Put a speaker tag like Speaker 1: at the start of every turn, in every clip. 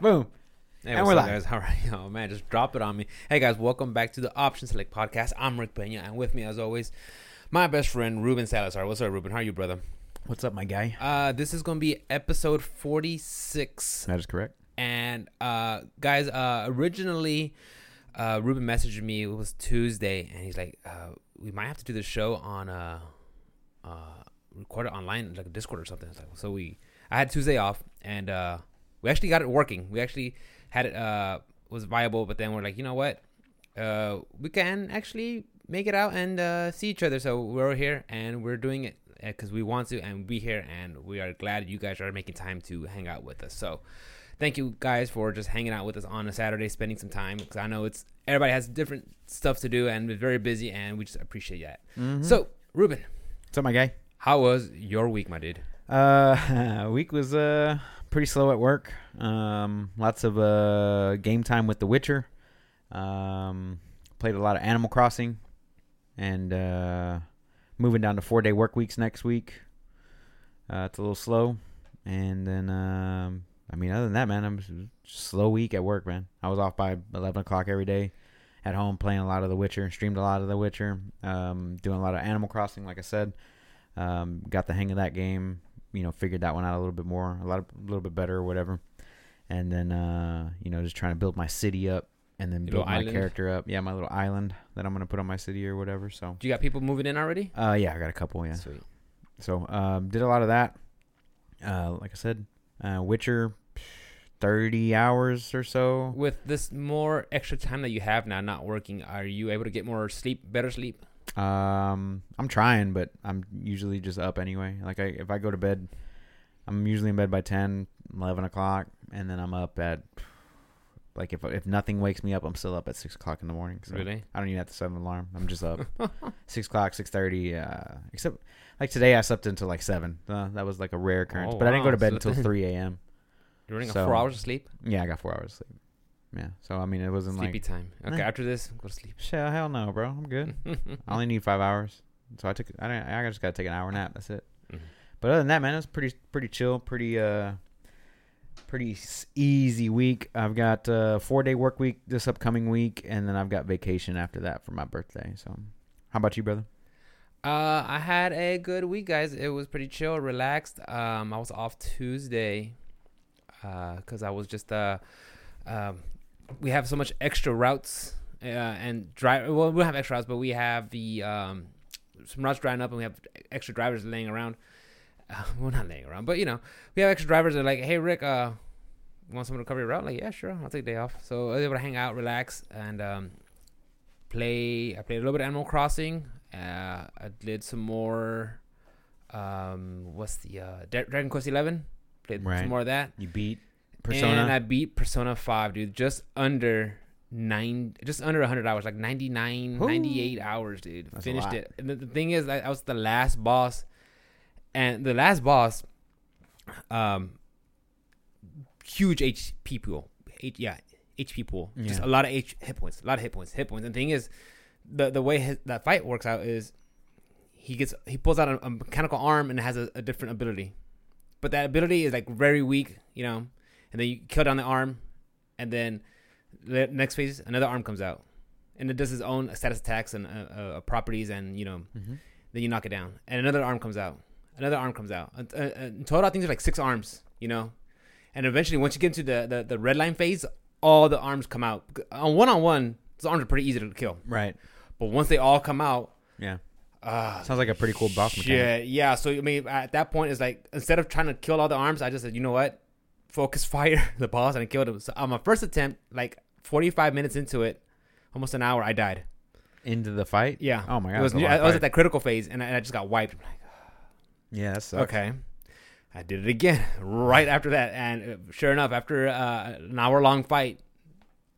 Speaker 1: Boom.
Speaker 2: Hey,
Speaker 1: And
Speaker 2: what's
Speaker 1: we're
Speaker 2: up,
Speaker 1: live.
Speaker 2: guys? All right, oh man, just drop it on me. Hey guys, welcome back to the Option Select Podcast. I'm Rick Pena, and with me, as always, my best friend Ruben Salazar. What's up, Ruben? How are you, brother?
Speaker 1: What's up, my guy?
Speaker 2: Uh, this is gonna be episode 46,
Speaker 1: That is correct.
Speaker 2: and uh, guys, uh, originally, uh, Ruben messaged me. It was Tuesday, and he's like, uh, "We might have to do the show on uh, uh, record it online, like Discord or something." It's like- So we, I had Tuesday off, and uh, we actually got it working. We actually had it uh, was viable, but then we're like, you know what? Uh, we can actually make it out and uh, see each other. So we're here, and we're doing it because we want to, and be here, and we are glad you guys are making time to hang out with us. So thank you guys for just hanging out with us on a Saturday, spending some time because I know it's everybody has different stuff to do and we're very busy, and we just appreciate that. So, Ruben,
Speaker 1: What's up, my guy?
Speaker 2: how was your week, my dude?
Speaker 1: Uh, week was uh pretty slow at work. Um, lots of uh game time with The Witcher. Um, played a lot of Animal Crossing, and uh, moving down to four day work weeks next week. Uh, it's a little slow, and then um, I mean, other than that, man, I'm just- just slow week at work, man. I was off by eleven o'clock every day. At home playing a lot of The Witcher, streamed a lot of The Witcher, um, doing a lot of Animal Crossing, like I said. Um, got the hang of that game you know figured that one out a little bit more a lot of, a little bit better or whatever and then uh you know just trying to build my city up and then
Speaker 2: Your
Speaker 1: build
Speaker 2: little
Speaker 1: my
Speaker 2: island?
Speaker 1: character up yeah my little island that i'm gonna put on my city or whatever so
Speaker 2: Do you got people moving in already?
Speaker 1: uh yeah i got a couple yeah
Speaker 2: Sweet.
Speaker 1: so um did a lot of that uh like i said uh witcher 30 hours or so
Speaker 2: With this more extra time that you have now, not working, are you able to get more sleep, better sleep?
Speaker 1: um i'm trying but i'm usually just up anyway like i if i go to bed i'm usually in bed by 10 11 o'clock and then i'm up at like if if nothing wakes me up i'm still up at 6 o'clock in the morning so
Speaker 2: Really?
Speaker 1: i don't even have to set an alarm i'm just up 6 o'clock 6.30 uh except like today i slept until like 7 uh, that was like a rare occurrence
Speaker 2: Oh,
Speaker 1: but i didn't go to
Speaker 2: wow.
Speaker 1: bed
Speaker 2: So
Speaker 1: until
Speaker 2: that's-
Speaker 1: 3 a.m
Speaker 2: You're running on
Speaker 1: So,
Speaker 2: four hours of sleep?
Speaker 1: yeah i got four hours sleep yeah so i mean it wasn't
Speaker 2: Sleepy
Speaker 1: like eh.
Speaker 2: time. Okay,
Speaker 1: Nah.
Speaker 2: after this, go to sleep. Uh,
Speaker 1: shit hell no bro i'm good I only need five hours, so I took. I don't, I just got to take an hour nap. That's it.
Speaker 2: Mhm.
Speaker 1: But other than that, man, it was pretty pretty chill, pretty uh, pretty s- easy week. I've got uh, four day work week this upcoming week, and then I've got vacation after that for my birthday. So, how about you, brother?
Speaker 2: Uh, I had a good week, guys. It was pretty chill, relaxed. Um, I was off Tuesday, uh, cause I was just uh, um, we have so much extra routes, uh, and drive. Well, we don't have extra routes, but we have the um, some routes drying up, and we have extra drivers laying around. Uh, well, not laying around, but you know, we have extra drivers that are like, hey, Rick, uh, you want someone to cover your route? like, yeah, sure, I'll take a day off. So I was able to hang out, relax, and um, play. I played a little bit of Animal Crossing. Uh, I did some more. Um, what's the uh, Dra- Dragon Quest Eleven? Played
Speaker 1: Right.
Speaker 2: some more of that.
Speaker 1: You beat
Speaker 2: And I beat Persona 5, dude, just under nine, just under 100 hours, like 99,
Speaker 1: Woo.
Speaker 2: 98 hours, dude.
Speaker 1: That's a
Speaker 2: Finished
Speaker 1: lot.
Speaker 2: it. And the, the thing is, I, I was the last boss, and the last boss, um, huge HP pool. H, yeah, HP pool. Just
Speaker 1: Yeah.
Speaker 2: a lot of H, hit points, a lot of hit points, hit points. And the thing is, the the way his, that fight works out is he gets he pulls out a, a mechanical arm and has a, a different ability, but that ability is like very weak, you know. And then you kill down the arm, and then the next phase another arm comes out, and it does its own status attacks and uh, uh, properties, and you know
Speaker 1: Mhm.
Speaker 2: then you knock it down, and another arm comes out, another arm comes out. Uh, uh, In total, I think there's like six arms, you know. And eventually, once you get into the the, the red line phase, all the arms come out. On one on one, those arms are pretty easy to kill,
Speaker 1: Right.
Speaker 2: but once they all come out,
Speaker 1: Yeah.
Speaker 2: ah,
Speaker 1: Sounds like a pretty cool boss mechanic.
Speaker 2: Shit, yeah. So I mean, at that point, it's like instead of trying to kill all the arms, I just said, you know what, focus fire the boss and I killed him. So on my first attempt, like 45 minutes into it, almost an hour, I died.
Speaker 1: Into the fight.
Speaker 2: Yeah.
Speaker 1: Oh my god.
Speaker 2: it was
Speaker 1: that's a
Speaker 2: new,
Speaker 1: lot
Speaker 2: I
Speaker 1: of
Speaker 2: was
Speaker 1: fight.
Speaker 2: at that critical phase and I, and I just got wiped. I'm like,
Speaker 1: yeah. That sucks.
Speaker 2: okay, I did it again right after that, and uh, sure enough, after uh, an hour long fight,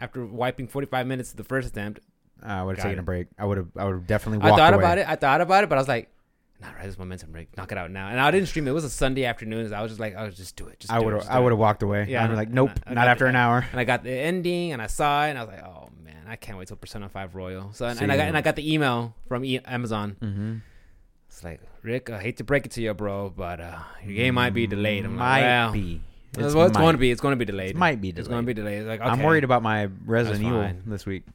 Speaker 2: after wiping 45 minutes of the first attempt,
Speaker 1: I would have
Speaker 2: Got
Speaker 1: taken
Speaker 2: it.
Speaker 1: a break. I would have. I would have definitely.
Speaker 2: I
Speaker 1: Walked
Speaker 2: thought
Speaker 1: away.
Speaker 2: about it. I thought about it, but I was like, nah, right, this momentum break. Knock it out now. And I didn't stream it. It was a Sunday afternoon. So I was just like, I was just do it. Just
Speaker 1: I
Speaker 2: do it,
Speaker 1: would. have
Speaker 2: just do
Speaker 1: I
Speaker 2: it."
Speaker 1: would have walked away.
Speaker 2: Yeah,
Speaker 1: Yeah. I'd be
Speaker 2: I-
Speaker 1: like,
Speaker 2: I-
Speaker 1: nope.
Speaker 2: I
Speaker 1: not
Speaker 2: got
Speaker 1: after
Speaker 2: it.
Speaker 1: an hour.
Speaker 2: And I got the ending, and I saw it, and I was like, oh man, I can't wait till Persona Five Royal. So and, and I
Speaker 1: See.
Speaker 2: got and I got the email from e- Amazon.
Speaker 1: Mm-hmm.
Speaker 2: It's like, Rick, I hate to break it to you, bro, but uh, your game might be delayed. I'm
Speaker 1: might
Speaker 2: like, well,
Speaker 1: be.
Speaker 2: It's,
Speaker 1: It's
Speaker 2: well, it's
Speaker 1: might.
Speaker 2: going to be. It's going to be delayed.
Speaker 1: might be
Speaker 2: It's going to be
Speaker 1: delayed.
Speaker 2: delayed. Like
Speaker 1: I'm
Speaker 2: okay.
Speaker 1: worried about my Resident
Speaker 2: That's
Speaker 1: Evil
Speaker 2: fine.
Speaker 1: this week.
Speaker 2: I-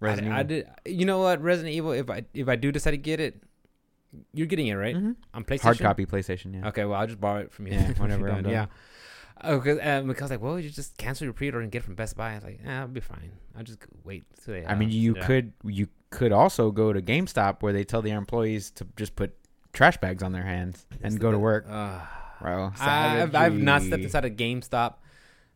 Speaker 1: Resident
Speaker 2: I,
Speaker 1: Evil.
Speaker 2: did. You know what? Resident Evil. If I if I do decide to get it, you're getting it right
Speaker 1: Mhm.
Speaker 2: on PlayStation.
Speaker 1: Hard copy PlayStation. Yeah.
Speaker 2: Okay, well, I'll just borrow it from you.
Speaker 1: Yeah,
Speaker 2: if you
Speaker 1: whenever I'm
Speaker 2: don't,
Speaker 1: done.
Speaker 2: Yeah. Oh, cause, um, because like, well, you just cancel your pre-order and get it from Best Buy. I was like, eh, I'll be fine. I'll just wait till they.
Speaker 1: I mean,
Speaker 2: uh,
Speaker 1: you
Speaker 2: yeah.
Speaker 1: could you could also go to GameStop where they tell their employees to just put trash bags on their hands
Speaker 2: It's
Speaker 1: and go
Speaker 2: the-
Speaker 1: to work.
Speaker 2: Ugh.
Speaker 1: Bro,
Speaker 2: I've, I've not stepped
Speaker 1: savagery.
Speaker 2: inside a GameStop.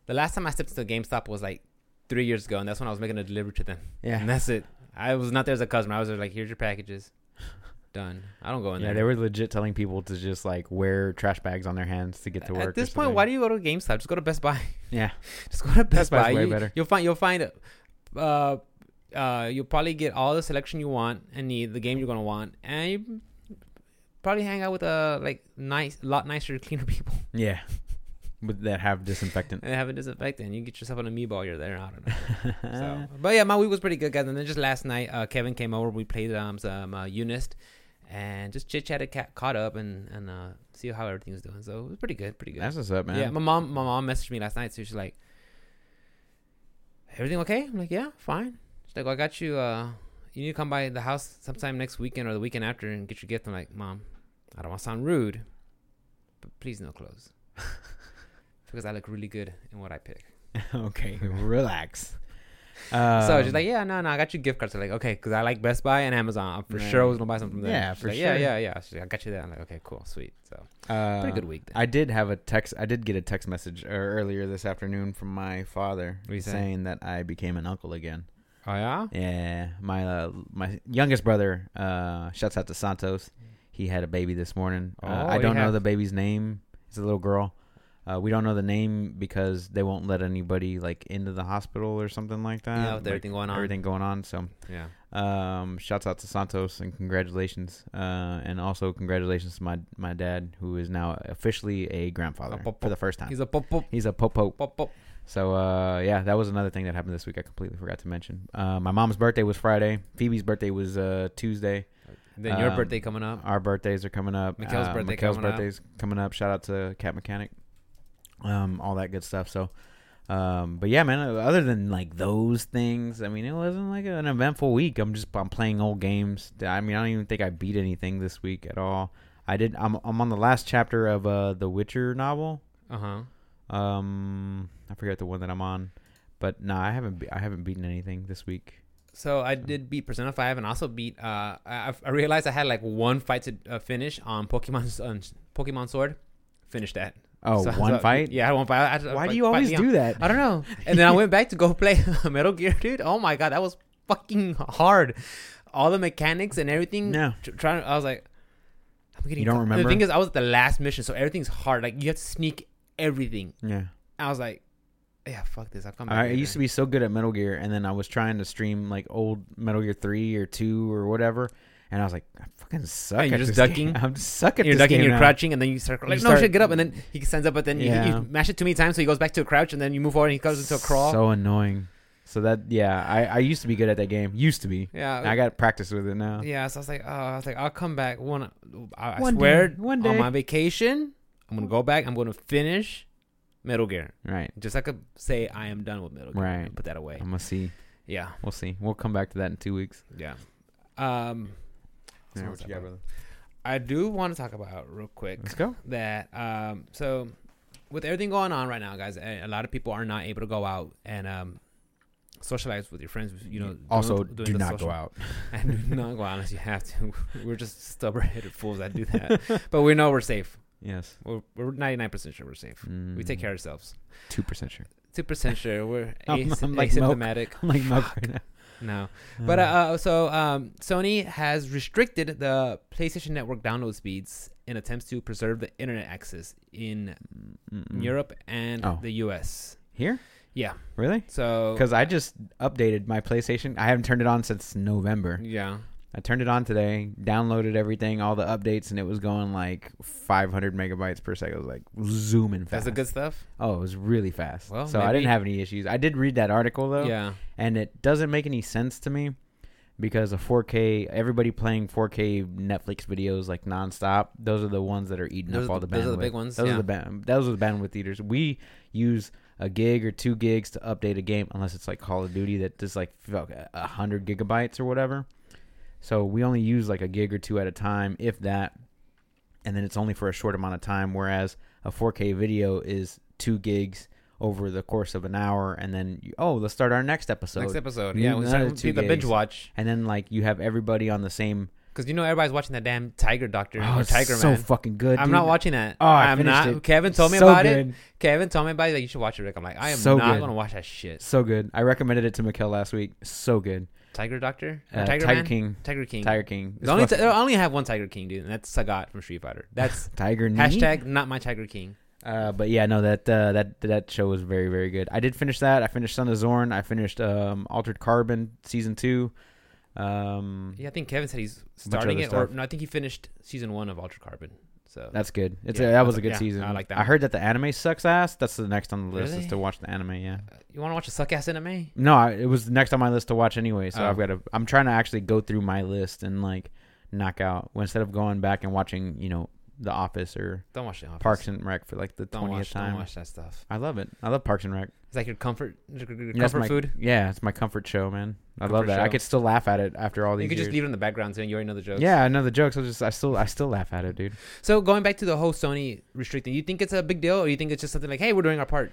Speaker 2: The last time I stepped into a GameStop was like three years ago, and that's when I was making a delivery to them. And
Speaker 1: Yeah,
Speaker 2: that's it. I was not there as a customer. I was there like, here's your packages. Done. I don't go in
Speaker 1: yeah, they
Speaker 2: there.
Speaker 1: were legit telling people to just like wear trash bags on their hands to get to work.
Speaker 2: At this point, why do you go to GameStop? Just go to Best Buy.
Speaker 1: Yeah.
Speaker 2: Just go to Best,
Speaker 1: Best Buy's
Speaker 2: Buy.
Speaker 1: way
Speaker 2: you,
Speaker 1: better.
Speaker 2: You'll find you'll find uh uh you'll probably get all the selection you want and need the game you're gonna want and you probably hang out with uh like nice lot nicer cleaner people
Speaker 1: you? Yeah, But that have disinfectant.
Speaker 2: and have it disinfectant. You get yourself an amoeba while you're there. I don't know. So, but yeah, my week was pretty good, guys. And then just last night, uh, Kevin came over. We played um, some uh, Unist and just chit chatted, ca- caught up, and and uh, see how everything's doing. So it was pretty good, pretty good.
Speaker 1: That's what's up, man.
Speaker 2: Yeah, my mom, my mom messaged me last night. So she's like, "Everything okay?" I'm like, "Yeah, fine." She's like, well, "I got you. Uh, you need to come by the house sometime next weekend or the weekend after and get your gift." I'm like, "Mom, I don't want to sound rude, but please no clothes." Because I look really good in what I pick.
Speaker 1: okay, relax.
Speaker 2: so
Speaker 1: Um,
Speaker 2: she's like, yeah, no, no, I got you gift cards. I'm like, okay, because I like Best Buy and Amazon. I'm for
Speaker 1: Right.
Speaker 2: sure I was gonna buy something there.
Speaker 1: Yeah,
Speaker 2: She's
Speaker 1: for
Speaker 2: like, Yeah,
Speaker 1: sure.
Speaker 2: yeah, yeah. She's like, I got you that. I'm like, okay, cool, sweet. So
Speaker 1: uh,
Speaker 2: pretty good week. Then.
Speaker 1: I did have a text. I did get a text message uh, earlier this afternoon from my father
Speaker 2: What'd he say?
Speaker 1: saying that I became an uncle again.
Speaker 2: oh yeah.
Speaker 1: Yeah, my uh, my youngest brother. Uh, shouts out to Santos. He had a baby this morning. uh,
Speaker 2: Oh,
Speaker 1: I
Speaker 2: he
Speaker 1: don't know
Speaker 2: had-
Speaker 1: the baby's name. It's a little girl. Uh, we don't know the name because they won't let anybody like into the hospital or something like that.
Speaker 2: yeah, with
Speaker 1: Like,
Speaker 2: everything going on.
Speaker 1: everything going on. So,
Speaker 2: Yeah.
Speaker 1: um, shouts out to Santos and congratulations. Uh, and also congratulations to my my dad who is now officially a grandfather
Speaker 2: A pop-
Speaker 1: for the first time.
Speaker 2: He's a pop pop
Speaker 1: He's a popo.
Speaker 2: pop pop.
Speaker 1: So uh, yeah, that was another thing that happened this week. I completely forgot to mention. Uh, my mom's birthday was Friday. Phoebe's birthday was uh, Tuesday.
Speaker 2: Then your
Speaker 1: Um,
Speaker 2: birthday coming up.
Speaker 1: Our birthdays are coming up.
Speaker 2: Mikhail's
Speaker 1: Uh,
Speaker 2: birthday
Speaker 1: Mikhail's
Speaker 2: coming up.
Speaker 1: birthday's coming up. Shout out to Cat Mechanic. Um, all that good stuff. So, um, but yeah, man. uh, Other than like those things, I mean, it wasn't like an eventful week. I'm just I'm playing old games. I mean, I don't even think I beat anything this week at all. I did. I'm I'm on the last chapter of uh, the Witcher novel.
Speaker 2: Uh huh.
Speaker 1: Um, I forget the one that I'm on, but no, I haven't. Be- I haven't beaten anything this week.
Speaker 2: So I did beat Persona Five and also beat. Uh, I, I realized I had like one fight to uh, finish on Pokemon on Pokemon Sword. Finished that.
Speaker 1: Oh,
Speaker 2: So-
Speaker 1: one
Speaker 2: so-
Speaker 1: fight.
Speaker 2: Yeah, I had one fight. I had to
Speaker 1: Why
Speaker 2: fight-
Speaker 1: do you always
Speaker 2: fight Leon.
Speaker 1: do that?
Speaker 2: I don't know. And then I went back to go play Metal Gear, dude. Oh my god, that was fucking hard. All the mechanics and everything.
Speaker 1: No.
Speaker 2: Tr- Trying, I was like, I'm getting.
Speaker 1: You don't remember?
Speaker 2: The thing is, I was at the last mission, so everything's hard. Like you have to sneak everything.
Speaker 1: Yeah.
Speaker 2: I was like, yeah, fuck this. I'll come back.
Speaker 1: I used to be so good at Metal Gear, and then I was trying to stream like old Metal Gear Three or Two or whatever, and I was like, I fucking suck.
Speaker 2: Yeah, you're
Speaker 1: at
Speaker 2: just
Speaker 1: this
Speaker 2: ducking.
Speaker 1: game. I'm just suck at
Speaker 2: You're
Speaker 1: this
Speaker 2: ducking,
Speaker 1: game
Speaker 2: you're
Speaker 1: now.
Speaker 2: crouching, and then you start like,
Speaker 1: You
Speaker 2: no
Speaker 1: start-
Speaker 2: shit, get up, and then he stands up, but then you- you,
Speaker 1: Yeah.
Speaker 2: mash it too many times, so he goes back to a crouch, and then you move forward, and he goes into a crawl.
Speaker 1: So annoying. So that yeah, I I used to be good at that game. Used to be.
Speaker 2: yeah,
Speaker 1: I got practice with it now.
Speaker 2: Uh, Yeah, so I was like, oh, I was like, I'll come back one. I, I
Speaker 1: One
Speaker 2: swear,
Speaker 1: day, one
Speaker 2: on
Speaker 1: day.
Speaker 2: my vacation, I'm gonna go back. I'm gonna finish Metal Gear.
Speaker 1: Right.
Speaker 2: Just like I could say, I am done with Metal Gear.
Speaker 1: Right. Um,
Speaker 2: Put that away.
Speaker 1: I'm gonna see.
Speaker 2: Yeah,
Speaker 1: We'll see. We'll come back to that in two weeks.
Speaker 2: yeah. Um,
Speaker 1: Yeah,
Speaker 2: so
Speaker 1: what you got, brother?
Speaker 2: I do want to talk about real quick
Speaker 1: Let's go.
Speaker 2: that um so with everything going on right now guys a a lot of people are not able to go out and um socialize with your friends you know
Speaker 1: also
Speaker 2: doing- doing
Speaker 1: do
Speaker 2: the
Speaker 1: not
Speaker 2: social-
Speaker 1: go out.
Speaker 2: and do not go out unless you have to we're just stubborn-headed fools that do that but we know we're safe
Speaker 1: Yes.
Speaker 2: We're, we're 99% sure we're safe. We take care of ourselves.
Speaker 1: Mm. Two percent sure.
Speaker 2: 2% sure we're
Speaker 1: I'm-
Speaker 2: as-
Speaker 1: I'm like milk.
Speaker 2: asymptomatic.
Speaker 1: I'm like milk Mm. right now.
Speaker 2: No. But uh, uh, so um, Sony has restricted the PlayStation Network download speeds in attempts to preserve the internet access in
Speaker 1: Mm-mm.
Speaker 2: Europe and
Speaker 1: Mm. Oh.
Speaker 2: the US.
Speaker 1: here,
Speaker 2: Yeah.
Speaker 1: really?
Speaker 2: So
Speaker 1: Because I just updated my PlayStation. I haven't turned it on since November.
Speaker 2: yeah.
Speaker 1: I turned it on today, downloaded everything, all the updates, and it was going like 500 megabytes per second. It was like zooming
Speaker 2: That's
Speaker 1: fast.
Speaker 2: the good stuff.
Speaker 1: oh, it was really fast.
Speaker 2: Well,
Speaker 1: so I didn't
Speaker 2: maybe-
Speaker 1: have any issues. I did read that article though,
Speaker 2: Yeah.
Speaker 1: and it doesn't make any sense to me because a 4K, everybody playing 4K Netflix videos like nonstop. Those are the ones that are eating
Speaker 2: Those
Speaker 1: up
Speaker 2: are
Speaker 1: all
Speaker 2: the-
Speaker 1: the,
Speaker 2: those
Speaker 1: bandwidth.
Speaker 2: are the big ones,
Speaker 1: Those
Speaker 2: yeah.
Speaker 1: are the band. Those are the bandwidth eaters. We use a gig or two gigs to update a game, unless it's like Call of Duty that just like fuck, a hundred gigabytes or whatever. So we only use like a gig or two at a time, if that, and then it's only for a short amount of time. Whereas a 4K video is two gigs over the course of an hour, and then you, oh, let's start our next episode.
Speaker 2: Next episode,
Speaker 1: you
Speaker 2: yeah,
Speaker 1: need
Speaker 2: we
Speaker 1: another
Speaker 2: start
Speaker 1: two
Speaker 2: do the binge
Speaker 1: gigs.
Speaker 2: watch
Speaker 1: and then like you have everybody on the same
Speaker 2: because you know everybody's watching that damn Tiger Doctor
Speaker 1: Oh,
Speaker 2: or
Speaker 1: it's
Speaker 2: Tiger
Speaker 1: so
Speaker 2: Man.
Speaker 1: fucking good.
Speaker 2: I'm
Speaker 1: dude.
Speaker 2: not watching that.
Speaker 1: Oh, I
Speaker 2: am
Speaker 1: finished
Speaker 2: not.
Speaker 1: it.
Speaker 2: Kevin told me
Speaker 1: So
Speaker 2: about
Speaker 1: good.
Speaker 2: it. Kevin told me about it. Like, you should watch it, Rick. I'm like, I am
Speaker 1: So
Speaker 2: not
Speaker 1: good.
Speaker 2: gonna watch that shit.
Speaker 1: So good. I recommended it to Mikkel last week. So good.
Speaker 2: Tiger Doctor, Or
Speaker 1: Uh,
Speaker 2: Tiger,
Speaker 1: Tiger,
Speaker 2: Man?
Speaker 1: King.
Speaker 2: Tiger King.
Speaker 1: Tiger King. It's
Speaker 2: The only
Speaker 1: fuck-
Speaker 2: ti- I only have one Tiger King, dude, and that's Sagat from Street Fighter. That's
Speaker 1: Tiger Knee.
Speaker 2: hashtag not my Tiger King.
Speaker 1: Uh, but yeah, no, that uh, that that show was very very good. I did finish that. I finished Son of Zorn. I finished um, Altered Carbon season two. Um,
Speaker 2: Yeah, I think Kevin said he's starting
Speaker 1: other
Speaker 2: it, or
Speaker 1: stuff.
Speaker 2: no, I think he finished season one of Ultra Carbon. So
Speaker 1: that's good. It's
Speaker 2: Yeah,
Speaker 1: a, that was
Speaker 2: that's-
Speaker 1: a good
Speaker 2: yeah,
Speaker 1: season.
Speaker 2: I like that
Speaker 1: I
Speaker 2: one.
Speaker 1: heard that the anime sucks ass. That's the next on the list
Speaker 2: Really?
Speaker 1: is to watch the anime. Yeah.
Speaker 2: you want to watch a suck ass anime?
Speaker 1: No, I, it was next on my list to watch anyway. So
Speaker 2: Oh.
Speaker 1: I've got to. I'm trying to actually go through my list and like knock out instead of going back and watching, you know, The Office or
Speaker 2: Don't watch the Office.
Speaker 1: Parks and Rec for like the
Speaker 2: Don't watch.
Speaker 1: twentieth time.
Speaker 2: Don't watch that stuff.
Speaker 1: I love it. I love Parks and Rec.
Speaker 2: It's like your comfort, your your
Speaker 1: That's
Speaker 2: comfort
Speaker 1: my-
Speaker 2: food.
Speaker 1: Yeah, it's my comfort show, man. I
Speaker 2: Comfort
Speaker 1: love that. I
Speaker 2: show.
Speaker 1: could still laugh at it after all these
Speaker 2: You could
Speaker 1: years.
Speaker 2: just leave it in the background, so you already know the jokes.
Speaker 1: yeah, I know the jokes. I just, I still, I still laugh at it, dude.
Speaker 2: So going back to the whole Sony restricting, you think it's a big deal, or you think it's just something like, hey, we're doing our part?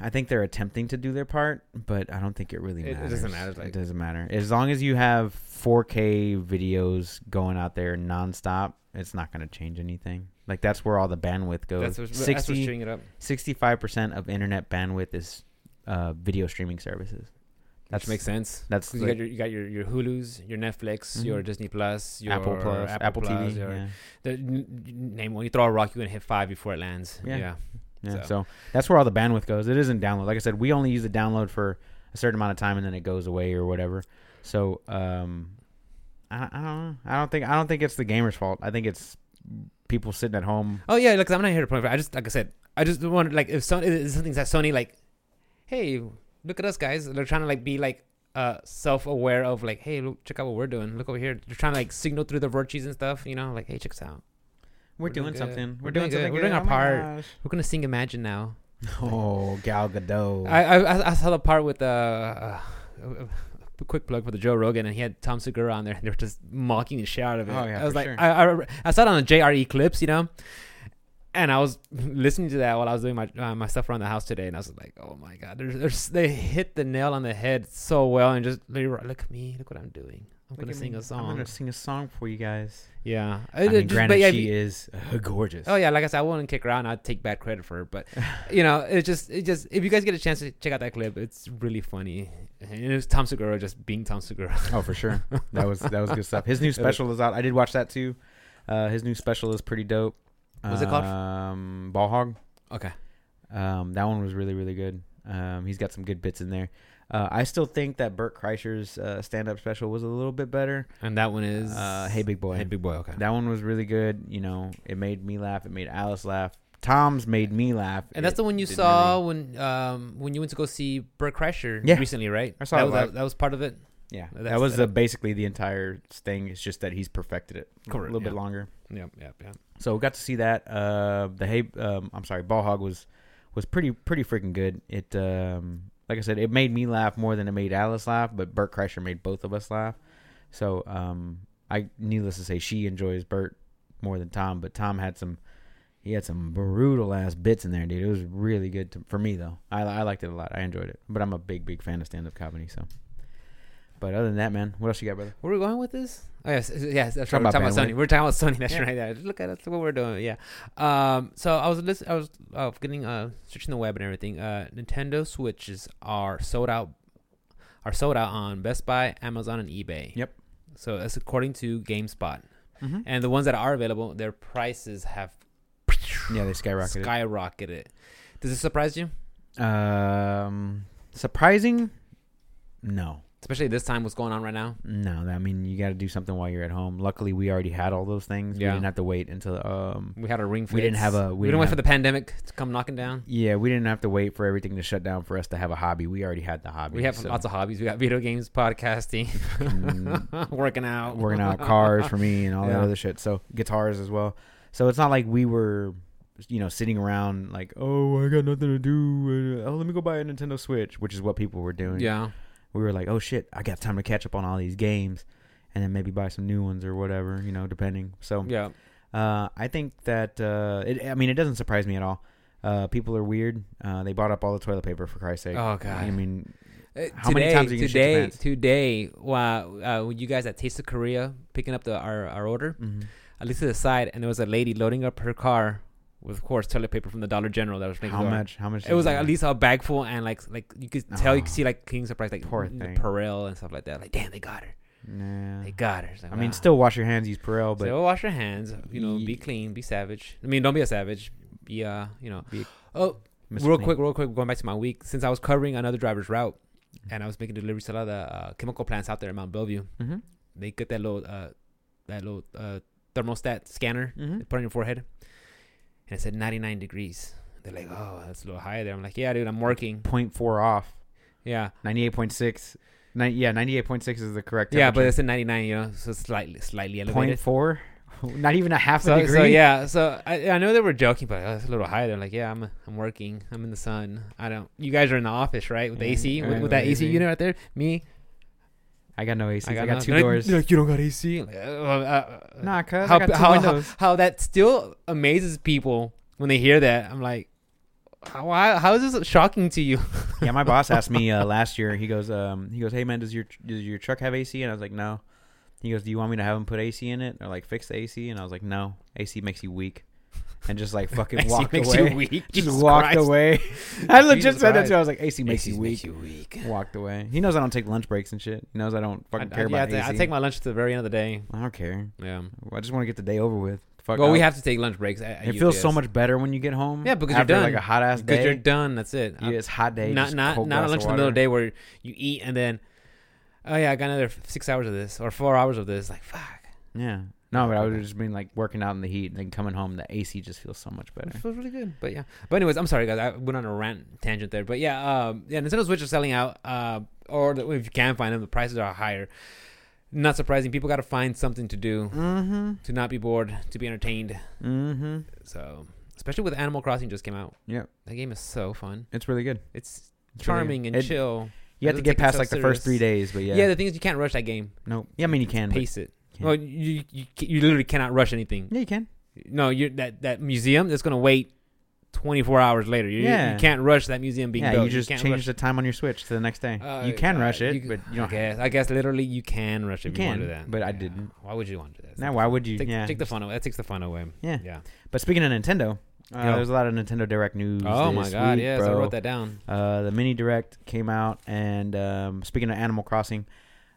Speaker 1: I think they're attempting to do their part, but I don't think it really
Speaker 2: It- it
Speaker 1: matters.
Speaker 2: doesn't matter, like-
Speaker 1: it doesn't matter. As long as you have 4K videos going out there nonstop, it's not going to change anything. Like that's where all the bandwidth goes.
Speaker 2: That's what's, that's what's
Speaker 1: 60,
Speaker 2: chewing it up.
Speaker 1: 65% of internet bandwidth is uh, video streaming services.
Speaker 2: That makes sense.
Speaker 1: That's
Speaker 2: 'Cause you got
Speaker 1: like
Speaker 2: your you got your, your Hulu's, your Netflix, your
Speaker 1: Mhm.
Speaker 2: Disney Plus, your
Speaker 1: Apple Plus, Apple, TV.
Speaker 2: your-
Speaker 1: yeah.
Speaker 2: the, n- n- name one. You throw a rock, you're gonna hit five before it lands.
Speaker 1: Yeah.
Speaker 2: yeah.
Speaker 1: Yeah,
Speaker 2: So-
Speaker 1: so. that's where all the bandwidth goes. It isn't download. Like I said, we only use the download for a certain amount of time, and then it goes away or whatever. So um, I, I don't know. I don't think I don't think it's the gamer's fault. I think it's people sitting at home.
Speaker 2: Oh yeah, like I'm not here to point. I just like I said, I just want like if Sony is something that Sony like, hey, look at us guys. They're trying to like be like uh self-aware of like, hey, look, check out what we're doing. Look over here. They're trying to like signal through the virtues and stuff. You know, like hey, check us out.
Speaker 1: We're,
Speaker 2: We're doing
Speaker 1: doing
Speaker 2: good.
Speaker 1: something.
Speaker 2: We're doing good. We're doing our part. We're gonna sing Imagine now.
Speaker 1: Oh, Gal Gadot.
Speaker 2: I I, I- I saw the part with uh, uh, uh, a quick plug for the Joe Rogan, and he had Tom Segura on there, and they were just mocking the shit out of it.
Speaker 1: Oh, yeah,
Speaker 2: I was
Speaker 1: for
Speaker 2: like,
Speaker 1: sure.
Speaker 2: I, I I saw it on the JRE clips, you know, and I was listening to that while I was doing my uh, my stuff around the house today, and I was like, oh my god, there's, there's, they hit the nail on the head so well, and just they were, look at me, look what I'm doing. I'm
Speaker 1: Look
Speaker 2: gonna
Speaker 1: at
Speaker 2: sing
Speaker 1: me.
Speaker 2: a song.
Speaker 1: I'm gonna sing a song for you guys.
Speaker 2: Yeah,
Speaker 1: I
Speaker 2: Uh,
Speaker 1: mean,
Speaker 2: just-
Speaker 1: granted,
Speaker 2: but yeah,
Speaker 1: she is uh, gorgeous.
Speaker 2: Oh yeah, like I said, I wouldn't kick her out. and I'd take bad credit for her, but you know, it just, it just. If you guys get a chance to check out that clip, it's really funny. And it was Tom Segura just being Tom Segura.
Speaker 1: Oh, for sure. That was that was good stuff. His new special is out. I did watch that too. Uh, his new special is pretty dope.
Speaker 2: What's it called?
Speaker 1: Um, Ball Hog.
Speaker 2: Okay,
Speaker 1: Um, that one was really really good. Um, he's got some good bits in there. Uh, I still think that Burt Kreischer's uh, stand-up special was a little bit better.
Speaker 2: and that one is
Speaker 1: Uh, hey big boy.
Speaker 2: Hey, big boy. Okay,
Speaker 1: That one was really good. You know, it made me laugh. It made Alice laugh. Tom's made me laugh.
Speaker 2: and that's
Speaker 1: It
Speaker 2: the one you
Speaker 1: didn't
Speaker 2: saw
Speaker 1: really-
Speaker 2: when um when you went to go see Bert Kreischer
Speaker 1: Yeah.
Speaker 2: recently, right?
Speaker 1: I saw
Speaker 2: that
Speaker 1: it
Speaker 2: was
Speaker 1: live.
Speaker 2: that, that was part of it.
Speaker 1: yeah, that
Speaker 2: that's-
Speaker 1: was uh, basically the entire thing. It's just that he's perfected it a
Speaker 2: Correct,
Speaker 1: little bit
Speaker 2: yeah.
Speaker 1: longer.
Speaker 2: Yeah, yeah, yeah.
Speaker 1: So we got to see that. Uh, the hey, um, I'm sorry, ball hog was was pretty pretty freaking good. It um, like I said, it made me laugh more than it made Alice laugh, but Bert Kreischer made both of us laugh. So um, I needless to say, she enjoys Bert more than Tom, but Tom had some he had some brutal ass bits in there, dude. It was really good to, for me though. I I liked it a lot. I enjoyed it, but I'm a big big fan of stand up comedy. So, but other than that, man, what else you got, brother?
Speaker 2: Where are we going with this? Oh yes, yes. That's
Speaker 1: Talking
Speaker 2: right. We're
Speaker 1: about
Speaker 2: talking about
Speaker 1: bandwidth.
Speaker 2: Sony. We're talking about Sony. That's
Speaker 1: Yeah.
Speaker 2: right. Yeah. Just look at us. Look what we're doing. Yeah. Um. So I was listen, I was uh, getting uh searching the web and everything. Uh, Nintendo Switches are sold out. Are sold out on Best Buy, Amazon, and eBay.
Speaker 1: Yep.
Speaker 2: So that's according to GameSpot.
Speaker 1: Mm-hmm.
Speaker 2: And the ones that are available, their prices have
Speaker 1: Yeah, they skyrocketed.
Speaker 2: skyrocketed. Does it surprise you?
Speaker 1: Um, surprising? No.
Speaker 2: especially this time what's going on right now
Speaker 1: No, I mean you got to do something while you're at home. Luckily, we already had all those things.
Speaker 2: Yeah.
Speaker 1: We didn't have to wait until um.
Speaker 2: we had a ring fit.
Speaker 1: We didn't have a- we didn't
Speaker 2: we, didn't wait
Speaker 1: have-
Speaker 2: for the pandemic to come knocking down
Speaker 1: Yeah, we didn't have to wait for everything to shut down for us to have a hobby. We already had the hobby.
Speaker 2: we have
Speaker 1: so-
Speaker 2: lots of hobbies we got video games podcasting working out
Speaker 1: Mm. working out cars for me and all that
Speaker 2: Yeah.
Speaker 1: other shit. So guitars as well. So it's not like we were, you know, sitting around like, oh, I got nothing to do. uh, Oh, let me go buy a Nintendo Switch, which is what people were doing.
Speaker 2: yeah
Speaker 1: We were like, oh shit, I got time to catch up on all these games, and then maybe buy some new ones or whatever, you know, depending. So
Speaker 2: yeah
Speaker 1: uh, I think that uh, it, I mean, it doesn't surprise me at all. Uh, people are weird. Uh, they bought up all the toilet paper for Christ's sake.
Speaker 2: Oh, God.
Speaker 1: I mean,
Speaker 2: Uh,
Speaker 1: How many times are you gonna shit your
Speaker 2: today
Speaker 1: pants?
Speaker 2: today wow uh, when you guys at taste of korea picking up the our, our order
Speaker 1: mhm.
Speaker 2: I looked to the side and there was a lady loading up her car with of course toilet paper from the dollar general that was next
Speaker 1: how
Speaker 2: door.
Speaker 1: much? How much?
Speaker 2: it was like at least a bag full and like like you could tell you could
Speaker 1: Oh,
Speaker 2: see like King's surprise like
Speaker 1: poor
Speaker 2: the
Speaker 1: thing.
Speaker 2: Perel and stuff like that like damn they got her
Speaker 1: Nah.
Speaker 2: they got her It's like,
Speaker 1: I mean,
Speaker 2: wow.
Speaker 1: still wash your hands, use Perel, but
Speaker 2: so wash your hands you know be
Speaker 1: Ye-
Speaker 2: clean be savage I mean don't be a savage be uh you know
Speaker 1: Be-
Speaker 2: oh
Speaker 1: Mr.
Speaker 2: real
Speaker 1: Clean.
Speaker 2: quick real quick going back to my week since I was covering another driver's route and I was making deliveries to a lot of the uh, chemical plants out there in Mount Bellevue
Speaker 1: Mhm.
Speaker 2: they get that little uh that little uh thermostat scanner
Speaker 1: Mhm.
Speaker 2: they put on your forehead. And it said 99 degrees. They're like, oh, that's a little high there. I'm like, yeah, dude, I'm working.
Speaker 1: 0.4 off.
Speaker 2: Yeah.
Speaker 1: 98.6. Ni- yeah, 98.6 is the correct
Speaker 2: Yeah, but
Speaker 1: temperature.
Speaker 2: it's a 99, you know, so it's slightly, slightly elevated.
Speaker 1: 0.4? Not even a half a
Speaker 2: So,
Speaker 1: degree?
Speaker 2: so yeah, so I, I know they were joking, but oh, that's a little high. They're like, yeah, I'm I'm working. I'm in the sun. I don't. You guys are in the office, right? With the
Speaker 1: Yeah,
Speaker 2: AC, with,
Speaker 1: right,
Speaker 2: with that
Speaker 1: with
Speaker 2: AC
Speaker 1: AC.
Speaker 2: unit right there. Me,
Speaker 1: I got no AC. I got,
Speaker 2: no-
Speaker 1: two
Speaker 2: they're like,
Speaker 1: doors.
Speaker 2: they're Like, you don't got AC. I'm Like, uh, uh, uh,
Speaker 1: nah, cuz I
Speaker 2: how,
Speaker 1: got two
Speaker 2: how, how,
Speaker 1: windows.
Speaker 2: how that still amazes people when they hear that. I'm like, how, why- how is this shocking to you?
Speaker 1: yeah, my boss asked me uh, last year. He goes, um, he goes, hey man, does your does your truck have AC? And I was like, no. He goes, do you want me to have him put AC in it or like fix the AC? And I was like, no. AC makes you weak. And just like fucking
Speaker 2: AC
Speaker 1: walked
Speaker 2: makes
Speaker 1: away.
Speaker 2: you weak.
Speaker 1: Just
Speaker 2: Jesus
Speaker 1: walked
Speaker 2: Christ.
Speaker 1: away. I legit
Speaker 2: Jesus
Speaker 1: said that
Speaker 2: Christ.
Speaker 1: too. I was like, AC makes you weak.
Speaker 2: weak.
Speaker 1: walked away. He knows I don't take lunch breaks and shit. He knows I don't
Speaker 2: I,
Speaker 1: fucking care
Speaker 2: I- yeah, I
Speaker 1: about
Speaker 2: ta- I
Speaker 1: AC.
Speaker 2: take my lunch to the very end of the day.
Speaker 1: I don't care.
Speaker 2: Yeah.
Speaker 1: I just want to get the day over with. Fuck.
Speaker 2: well, we
Speaker 1: out.
Speaker 2: have to take lunch breaks. At, at
Speaker 1: It feels so
Speaker 2: UPS.
Speaker 1: much better when you get home.
Speaker 2: Yeah, because you're
Speaker 1: after,
Speaker 2: done.
Speaker 1: Like a hot ass
Speaker 2: because
Speaker 1: day.
Speaker 2: you're done. That's it.
Speaker 1: Yeah, it's hot day.
Speaker 2: not
Speaker 1: just
Speaker 2: not
Speaker 1: cold
Speaker 2: not a
Speaker 1: glass
Speaker 2: lunch
Speaker 1: of
Speaker 2: in the middle
Speaker 1: water.
Speaker 2: of the day where you eat and then, oh yeah, I got another f- six hours of this or four hours of this. Like fuck,
Speaker 1: Yeah. No, but I would have just been like working out in the heat and then coming home. The AC just feels so much better.
Speaker 2: it feels really good. But yeah. But anyways, I'm sorry guys. I went on a rant tangent there. But yeah, um, yeah, Nintendo Switch is selling out. Uh, or the, if you can find them, the prices are higher. Not surprising. People got to find something to do
Speaker 1: Mm-hmm.
Speaker 2: to not be bored, to be entertained.
Speaker 1: Mm-hmm.
Speaker 2: So, especially with Animal Crossing just came out.
Speaker 1: Yep.
Speaker 2: That game is so fun.
Speaker 1: It's really good.
Speaker 2: It's
Speaker 1: It's really
Speaker 2: charming
Speaker 1: good.
Speaker 2: and
Speaker 1: It-
Speaker 2: chill.
Speaker 1: You have to
Speaker 2: doesn't
Speaker 1: get
Speaker 2: take
Speaker 1: past
Speaker 2: itself
Speaker 1: like the first three days, but yeah.
Speaker 2: Yeah. the thing is you can't rush that game.
Speaker 1: no. Yeah, I mean you can. But,
Speaker 2: Pace it.
Speaker 1: Can't.
Speaker 2: Well, you, you you literally cannot rush anything.
Speaker 1: yeah, you can.
Speaker 2: No, you that that museum that's gonna wait. 24 hours later, you,
Speaker 1: Yeah.
Speaker 2: you can't rush that museum being
Speaker 1: Yeah,
Speaker 2: built.
Speaker 1: you just
Speaker 2: can't
Speaker 1: change
Speaker 2: rush-
Speaker 1: the time on your Switch to the next day.
Speaker 2: Uh,
Speaker 1: you can
Speaker 2: uh,
Speaker 1: rush it,
Speaker 2: c-
Speaker 1: but you don't.
Speaker 2: I guess, I guess literally you can rush it.
Speaker 1: You
Speaker 2: if you want to
Speaker 1: can,
Speaker 2: do that.
Speaker 1: but I
Speaker 2: Yeah.
Speaker 1: didn't.
Speaker 2: Why would you want to do that?
Speaker 1: Now, why would you?
Speaker 2: Take,
Speaker 1: yeah,
Speaker 2: take the fun away. That takes the fun away.
Speaker 1: Yeah.
Speaker 2: Yeah.
Speaker 1: But speaking of Nintendo, uh,
Speaker 2: Yo.
Speaker 1: there's a lot of Nintendo Direct news.
Speaker 2: Oh
Speaker 1: this
Speaker 2: my God.
Speaker 1: week,
Speaker 2: yes,
Speaker 1: bro.
Speaker 2: I wrote that down.
Speaker 1: Uh, the mini Direct came out, and um, speaking of Animal Crossing,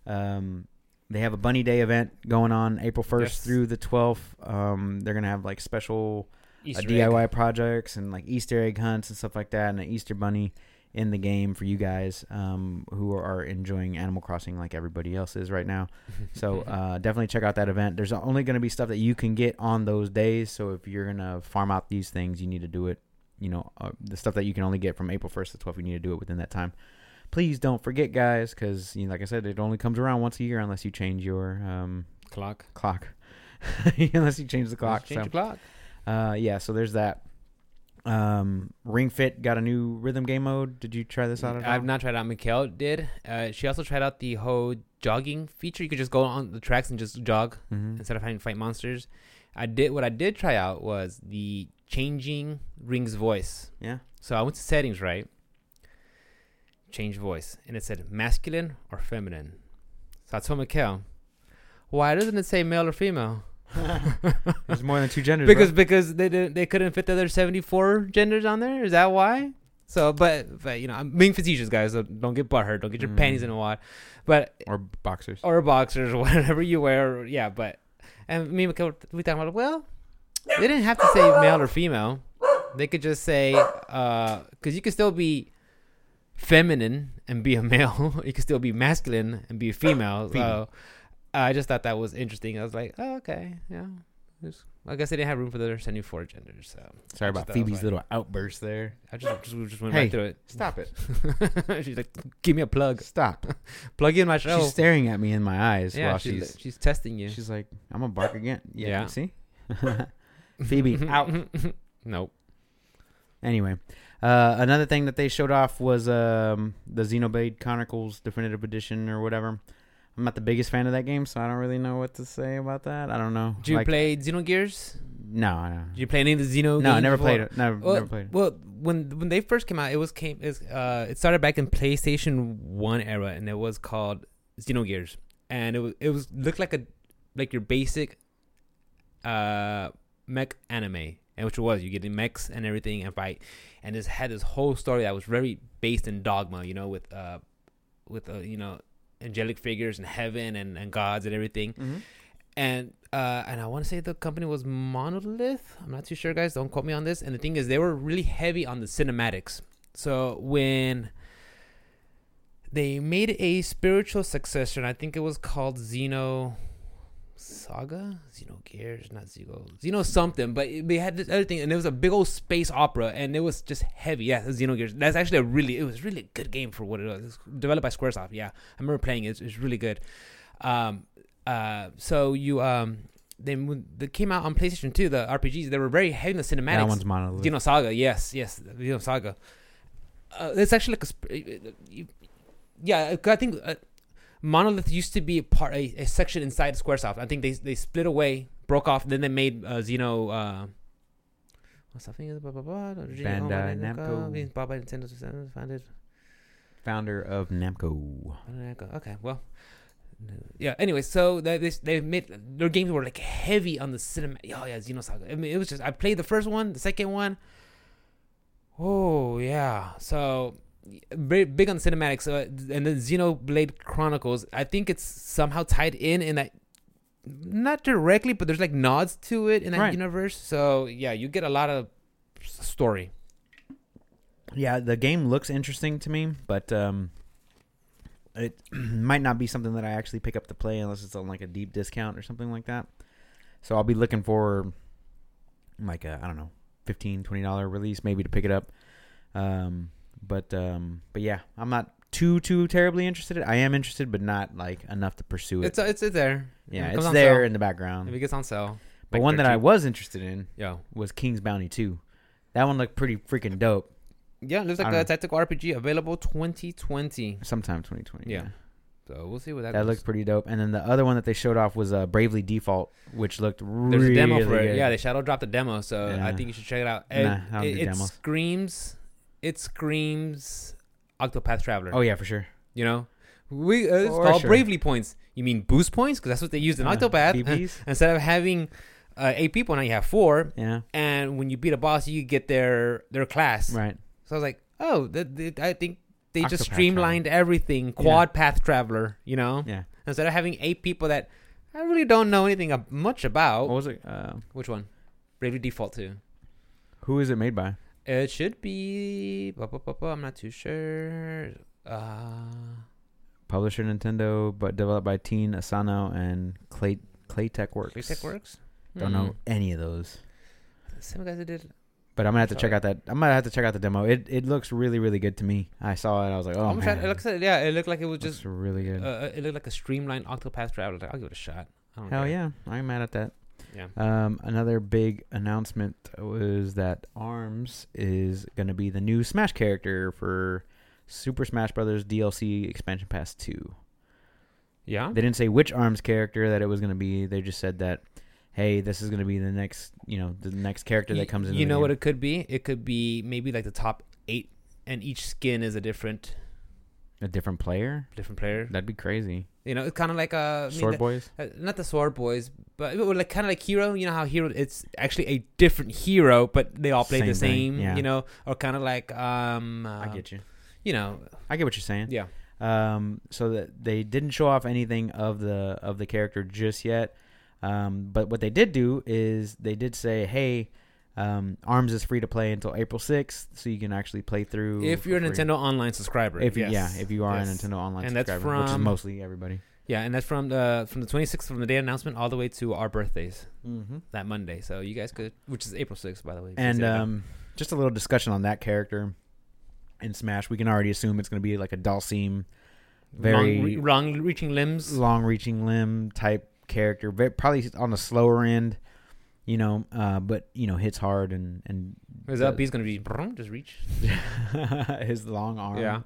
Speaker 1: um, they have a Bunny Day event going on April 1st
Speaker 2: Yes.
Speaker 1: through the 12th. Um, they're gonna have like special uh,
Speaker 2: Easter egg.
Speaker 1: DIY projects and like Easter egg hunts and stuff like that, and an Easter bunny in the game for you guys um, who are enjoying Animal Crossing like everybody else is right now. So uh, definitely check out that event. There's only going to be stuff that you can get on those days. So if you're going to farm out these things, you need to do it. You know, uh, the stuff that you can only get from April 1st to 12th, you need to do it within that time. Please don't forget, guys, because you know, like I said, it only comes around once a year unless you change your um,
Speaker 2: clock.
Speaker 1: clock. unless you change the clock.
Speaker 2: Change
Speaker 1: so.
Speaker 2: the clock.
Speaker 1: Uh, yeah, so there's that. Um, Ring Fit got a new rhythm game mode. Did you try this out at all?
Speaker 2: I've not tried out. Mikhail did. Uh, she also tried out the whole jogging feature. You could just go on the tracks and just jog
Speaker 1: Mhm.
Speaker 2: instead of having to fight monsters. I did. What I did try out was the changing Ring's voice.
Speaker 1: Yeah.
Speaker 2: So I went to settings, right? Change voice, and it said masculine or feminine. So I told Mikhail, why doesn't it say male or female?
Speaker 1: There's more than two genders. bro.
Speaker 2: because because they didn't, they couldn't fit the other 74 genders on there is that why so but but you know i'm being facetious guys so don't get butthurt don't get your
Speaker 1: Mm.
Speaker 2: panties in a wad but
Speaker 1: or boxers.
Speaker 2: or boxers whatever you wear yeah but and me and Mikhail, we talking about well they didn't have to say male or female they could just say uh because you could still be feminine and be a male. you can still be masculine and be a female.
Speaker 1: Female.
Speaker 2: So uh, I just thought that was interesting. I was like, oh, okay, yeah. It's- I guess they didn't have room for the seventy-four genders. So
Speaker 1: Sorry
Speaker 2: I just
Speaker 1: about
Speaker 2: thought it was
Speaker 1: Phoebe's
Speaker 2: like-
Speaker 1: little outburst there.
Speaker 2: I just just, we just went
Speaker 1: Hey.
Speaker 2: right through it.
Speaker 1: Stop it.
Speaker 2: she's like, give me a plug.
Speaker 1: Stop.
Speaker 2: Plug in my show.
Speaker 1: She's staring at me in my eyes
Speaker 2: yeah,
Speaker 1: while
Speaker 2: she's,
Speaker 1: she's
Speaker 2: she's testing you.
Speaker 1: she's like, I'm gonna bark again. Yeah.
Speaker 2: Yeah.
Speaker 1: See? Phoebe, out.
Speaker 2: nope.
Speaker 1: Anyway, uh, another thing that they showed off was um, the Xenoblade Chronicles Definitive Edition or whatever. I'm not the biggest fan of that game, so I don't really know what to say about that. I don't know.
Speaker 2: Did you
Speaker 1: Like-
Speaker 2: play Xenogears?
Speaker 1: No, I don't.
Speaker 2: Did you play any of the Xeno?
Speaker 1: no, I
Speaker 2: games
Speaker 1: never
Speaker 2: before?
Speaker 1: played it. Never,
Speaker 2: Well,
Speaker 1: never played it.
Speaker 2: Well, when when they first came out, it was came it's, uh, it started back in PlayStation One era, and it was called Xenogears, and it was it was looked like a like your basic uh mech anime, and which it was you get the mechs and everything and fight, and this had this whole story that was very based in dogma, you know, with uh with uh, you know angelic figures and heaven and, and gods and everything
Speaker 1: Mhm.
Speaker 2: and uh, and I want to say the company was Monolith. I'm not too sure, guys. Don't quote me on this. And the thing is, they were really heavy on the cinematics. So when they made a spiritual successor, and I think it was called Xeno Saga, Xeno Gears, not Xeno, Xeno something. But it- they had this other thing, and it was a big old space opera, and it was just heavy. Yeah, Xeno Gears. That's actually a really, it was really good game for what it was. It was developed by SquareSoft. Yeah, I remember playing it. It's, it's really good. Um, uh, so you um, then when they came out on PlayStation 2, the RPGs, they were very heavy in the cinematics.
Speaker 1: That one's monolith.
Speaker 2: Dino Saga, yes, yes, Dino Saga. Uh, it's actually like a, sp- uh, uh, you- yeah. I think uh, Monolith used to be a part, a, a section inside SquareSoft. I think they they split away, broke off, then they made uh, Xeno. Uh, what's that thing? Blah, blah, blah,
Speaker 1: Bandai Namco.
Speaker 2: Blah, blah, Nintendo founded.
Speaker 1: Founder of Namco.
Speaker 2: Okay, well. Yeah. Anyway, so they they, they made their games were like heavy on the cinema. Oh yeah, Xenosaga. I mean, it was just I played the first one, the second one. Oh yeah. So very big on cinematics, uh, and then Xenoblade Chronicles. I think it's somehow tied in in that. Not directly, but there's like nods to it in that
Speaker 1: Right.
Speaker 2: universe. So yeah, you get a lot of s- story.
Speaker 1: Yeah, the game looks interesting to me, but um, it might not be something that I actually pick up to play unless it's on like a deep discount or something like that. So I'll be looking for like a I don't know, 15 dollar release maybe to pick it up. Um, but um, but yeah, I'm not too too terribly interested. I am interested, but not like enough to pursue it.
Speaker 2: It's it's, it's there.
Speaker 1: yeah,
Speaker 2: It comes
Speaker 1: it's
Speaker 2: on
Speaker 1: there
Speaker 2: sale.
Speaker 1: in the
Speaker 2: If it
Speaker 1: background.
Speaker 2: gets on sale.
Speaker 1: But
Speaker 2: like
Speaker 1: one
Speaker 2: for
Speaker 1: that I
Speaker 2: cheap.
Speaker 1: was interested in
Speaker 2: Yo.
Speaker 1: was King's Bounty 2. That one looked pretty freaking dope.
Speaker 2: Yeah, it looks
Speaker 1: I
Speaker 2: like
Speaker 1: don't
Speaker 2: a
Speaker 1: know.
Speaker 2: tactical RPG available 2020.
Speaker 1: Sometime 2020.
Speaker 2: Yeah. So we'll see what that,
Speaker 1: That
Speaker 2: looks.
Speaker 1: looked pretty dope. And then the other one that they showed off was uh, Bravely Default, which looked really
Speaker 2: There's a demo for it.
Speaker 1: good.
Speaker 2: Yeah, they shadow dropped the demo, so I
Speaker 1: Yeah.
Speaker 2: think you should check it out.
Speaker 1: Nah,
Speaker 2: It,
Speaker 1: I don't
Speaker 2: it,
Speaker 1: do
Speaker 2: it
Speaker 1: demos.
Speaker 2: screams, it screams, Octopath Traveler.
Speaker 1: oh yeah, for sure.
Speaker 2: You know, we uh, it's
Speaker 1: For
Speaker 2: called
Speaker 1: sure.
Speaker 2: Bravely points. You mean boost points? Because that's what they used in
Speaker 1: Uh,
Speaker 2: Octopath.
Speaker 1: BPs?
Speaker 2: Instead of having uh, eight people, now you have four.
Speaker 1: yeah,
Speaker 2: And when you beat a boss, you get their their class.
Speaker 1: right.
Speaker 2: So I was like, oh, th- th- I think they
Speaker 1: Octopath
Speaker 2: just
Speaker 1: Traveler.
Speaker 2: streamlined everything. Quad path traveler, you know.
Speaker 1: Yeah.
Speaker 2: instead of having eight people that I really don't know anything ab- much about.
Speaker 1: What was it? Uh,
Speaker 2: Which one? Bravely Default 2.
Speaker 1: who is it made by?
Speaker 2: It should be. bu- bu- bu- bu- I'm not too sure. Uh,
Speaker 1: Publisher Nintendo, but developed by Teen Asano and Clay Claytech Works.
Speaker 2: Playtech Works?
Speaker 1: Don't know any of those.
Speaker 2: Hmm. Same guys that did.
Speaker 1: But I'm gonna have to
Speaker 2: Try
Speaker 1: check
Speaker 2: it.
Speaker 1: out that. I'm gonna have to check out the demo. It it looks really really good to me. I saw it. I was like, oh
Speaker 2: Almost
Speaker 1: man,
Speaker 2: had- it looks like, yeah, it looked like it was
Speaker 1: looks
Speaker 2: just.
Speaker 1: really good.
Speaker 2: Uh, it looked like a streamlined Octopath Traveler. Like, I'll give it a shot. I don't
Speaker 1: Hell
Speaker 2: care.
Speaker 1: yeah, I'm mad at that.
Speaker 2: Yeah.
Speaker 1: Um, another big announcement was that Arms is going to be the new Smash character for Super Smash Brothers DLC Expansion Pass 2.
Speaker 2: Yeah.
Speaker 1: They didn't say which Arms character that it was going to be. They just said that, hey, this is going to be the next, you know, the next character
Speaker 2: Y-
Speaker 1: that comes in.
Speaker 2: You know what it could be? It could be maybe like the top eight, and each skin is a different
Speaker 1: A different player?
Speaker 2: different player.
Speaker 1: That'd be crazy.
Speaker 2: You know, it's kind of like a
Speaker 1: Sword Boys?
Speaker 2: Uh, not the sword boys, but well, like kind of like hero. You know how hero it's actually a different hero, but they all play the
Speaker 1: Same thing,
Speaker 2: same.
Speaker 1: yeah.
Speaker 2: You know, or kind of like um, uh,
Speaker 1: I get you.
Speaker 2: you know,
Speaker 1: I get what you're saying.
Speaker 2: yeah,
Speaker 1: um, so that they didn't show off anything of the of the character just yet. Um, but what they did do is they did say, "Hey, Um, Arms is free to play until April sixth, so you can actually play through
Speaker 2: If
Speaker 1: for
Speaker 2: you're a
Speaker 1: free.
Speaker 2: Nintendo Online subscriber,
Speaker 1: If you-
Speaker 2: yes.
Speaker 1: yeah, if you are
Speaker 2: Yes.
Speaker 1: a Nintendo Online
Speaker 2: And that's
Speaker 1: subscriber, which is
Speaker 2: from-
Speaker 1: mostly everybody.
Speaker 2: yeah, and that's from the from the 26th from the day of announcement all the way to our birthdays
Speaker 1: Mm-hmm.
Speaker 2: that Monday. So you guys could, which is April 6th, by the way. if you
Speaker 1: And
Speaker 2: said it.
Speaker 1: um, just a little discussion on that character in Smash. We can already assume it's going to be like a Dalsim, very-
Speaker 2: long, re- long reaching limbs.
Speaker 1: long-reaching limb type character, ve- probably on the slower end, you know. Uh, but you know, hits hard and and
Speaker 2: His up, he's gonna be brum, just reach.
Speaker 1: his long arm.
Speaker 2: Yeah.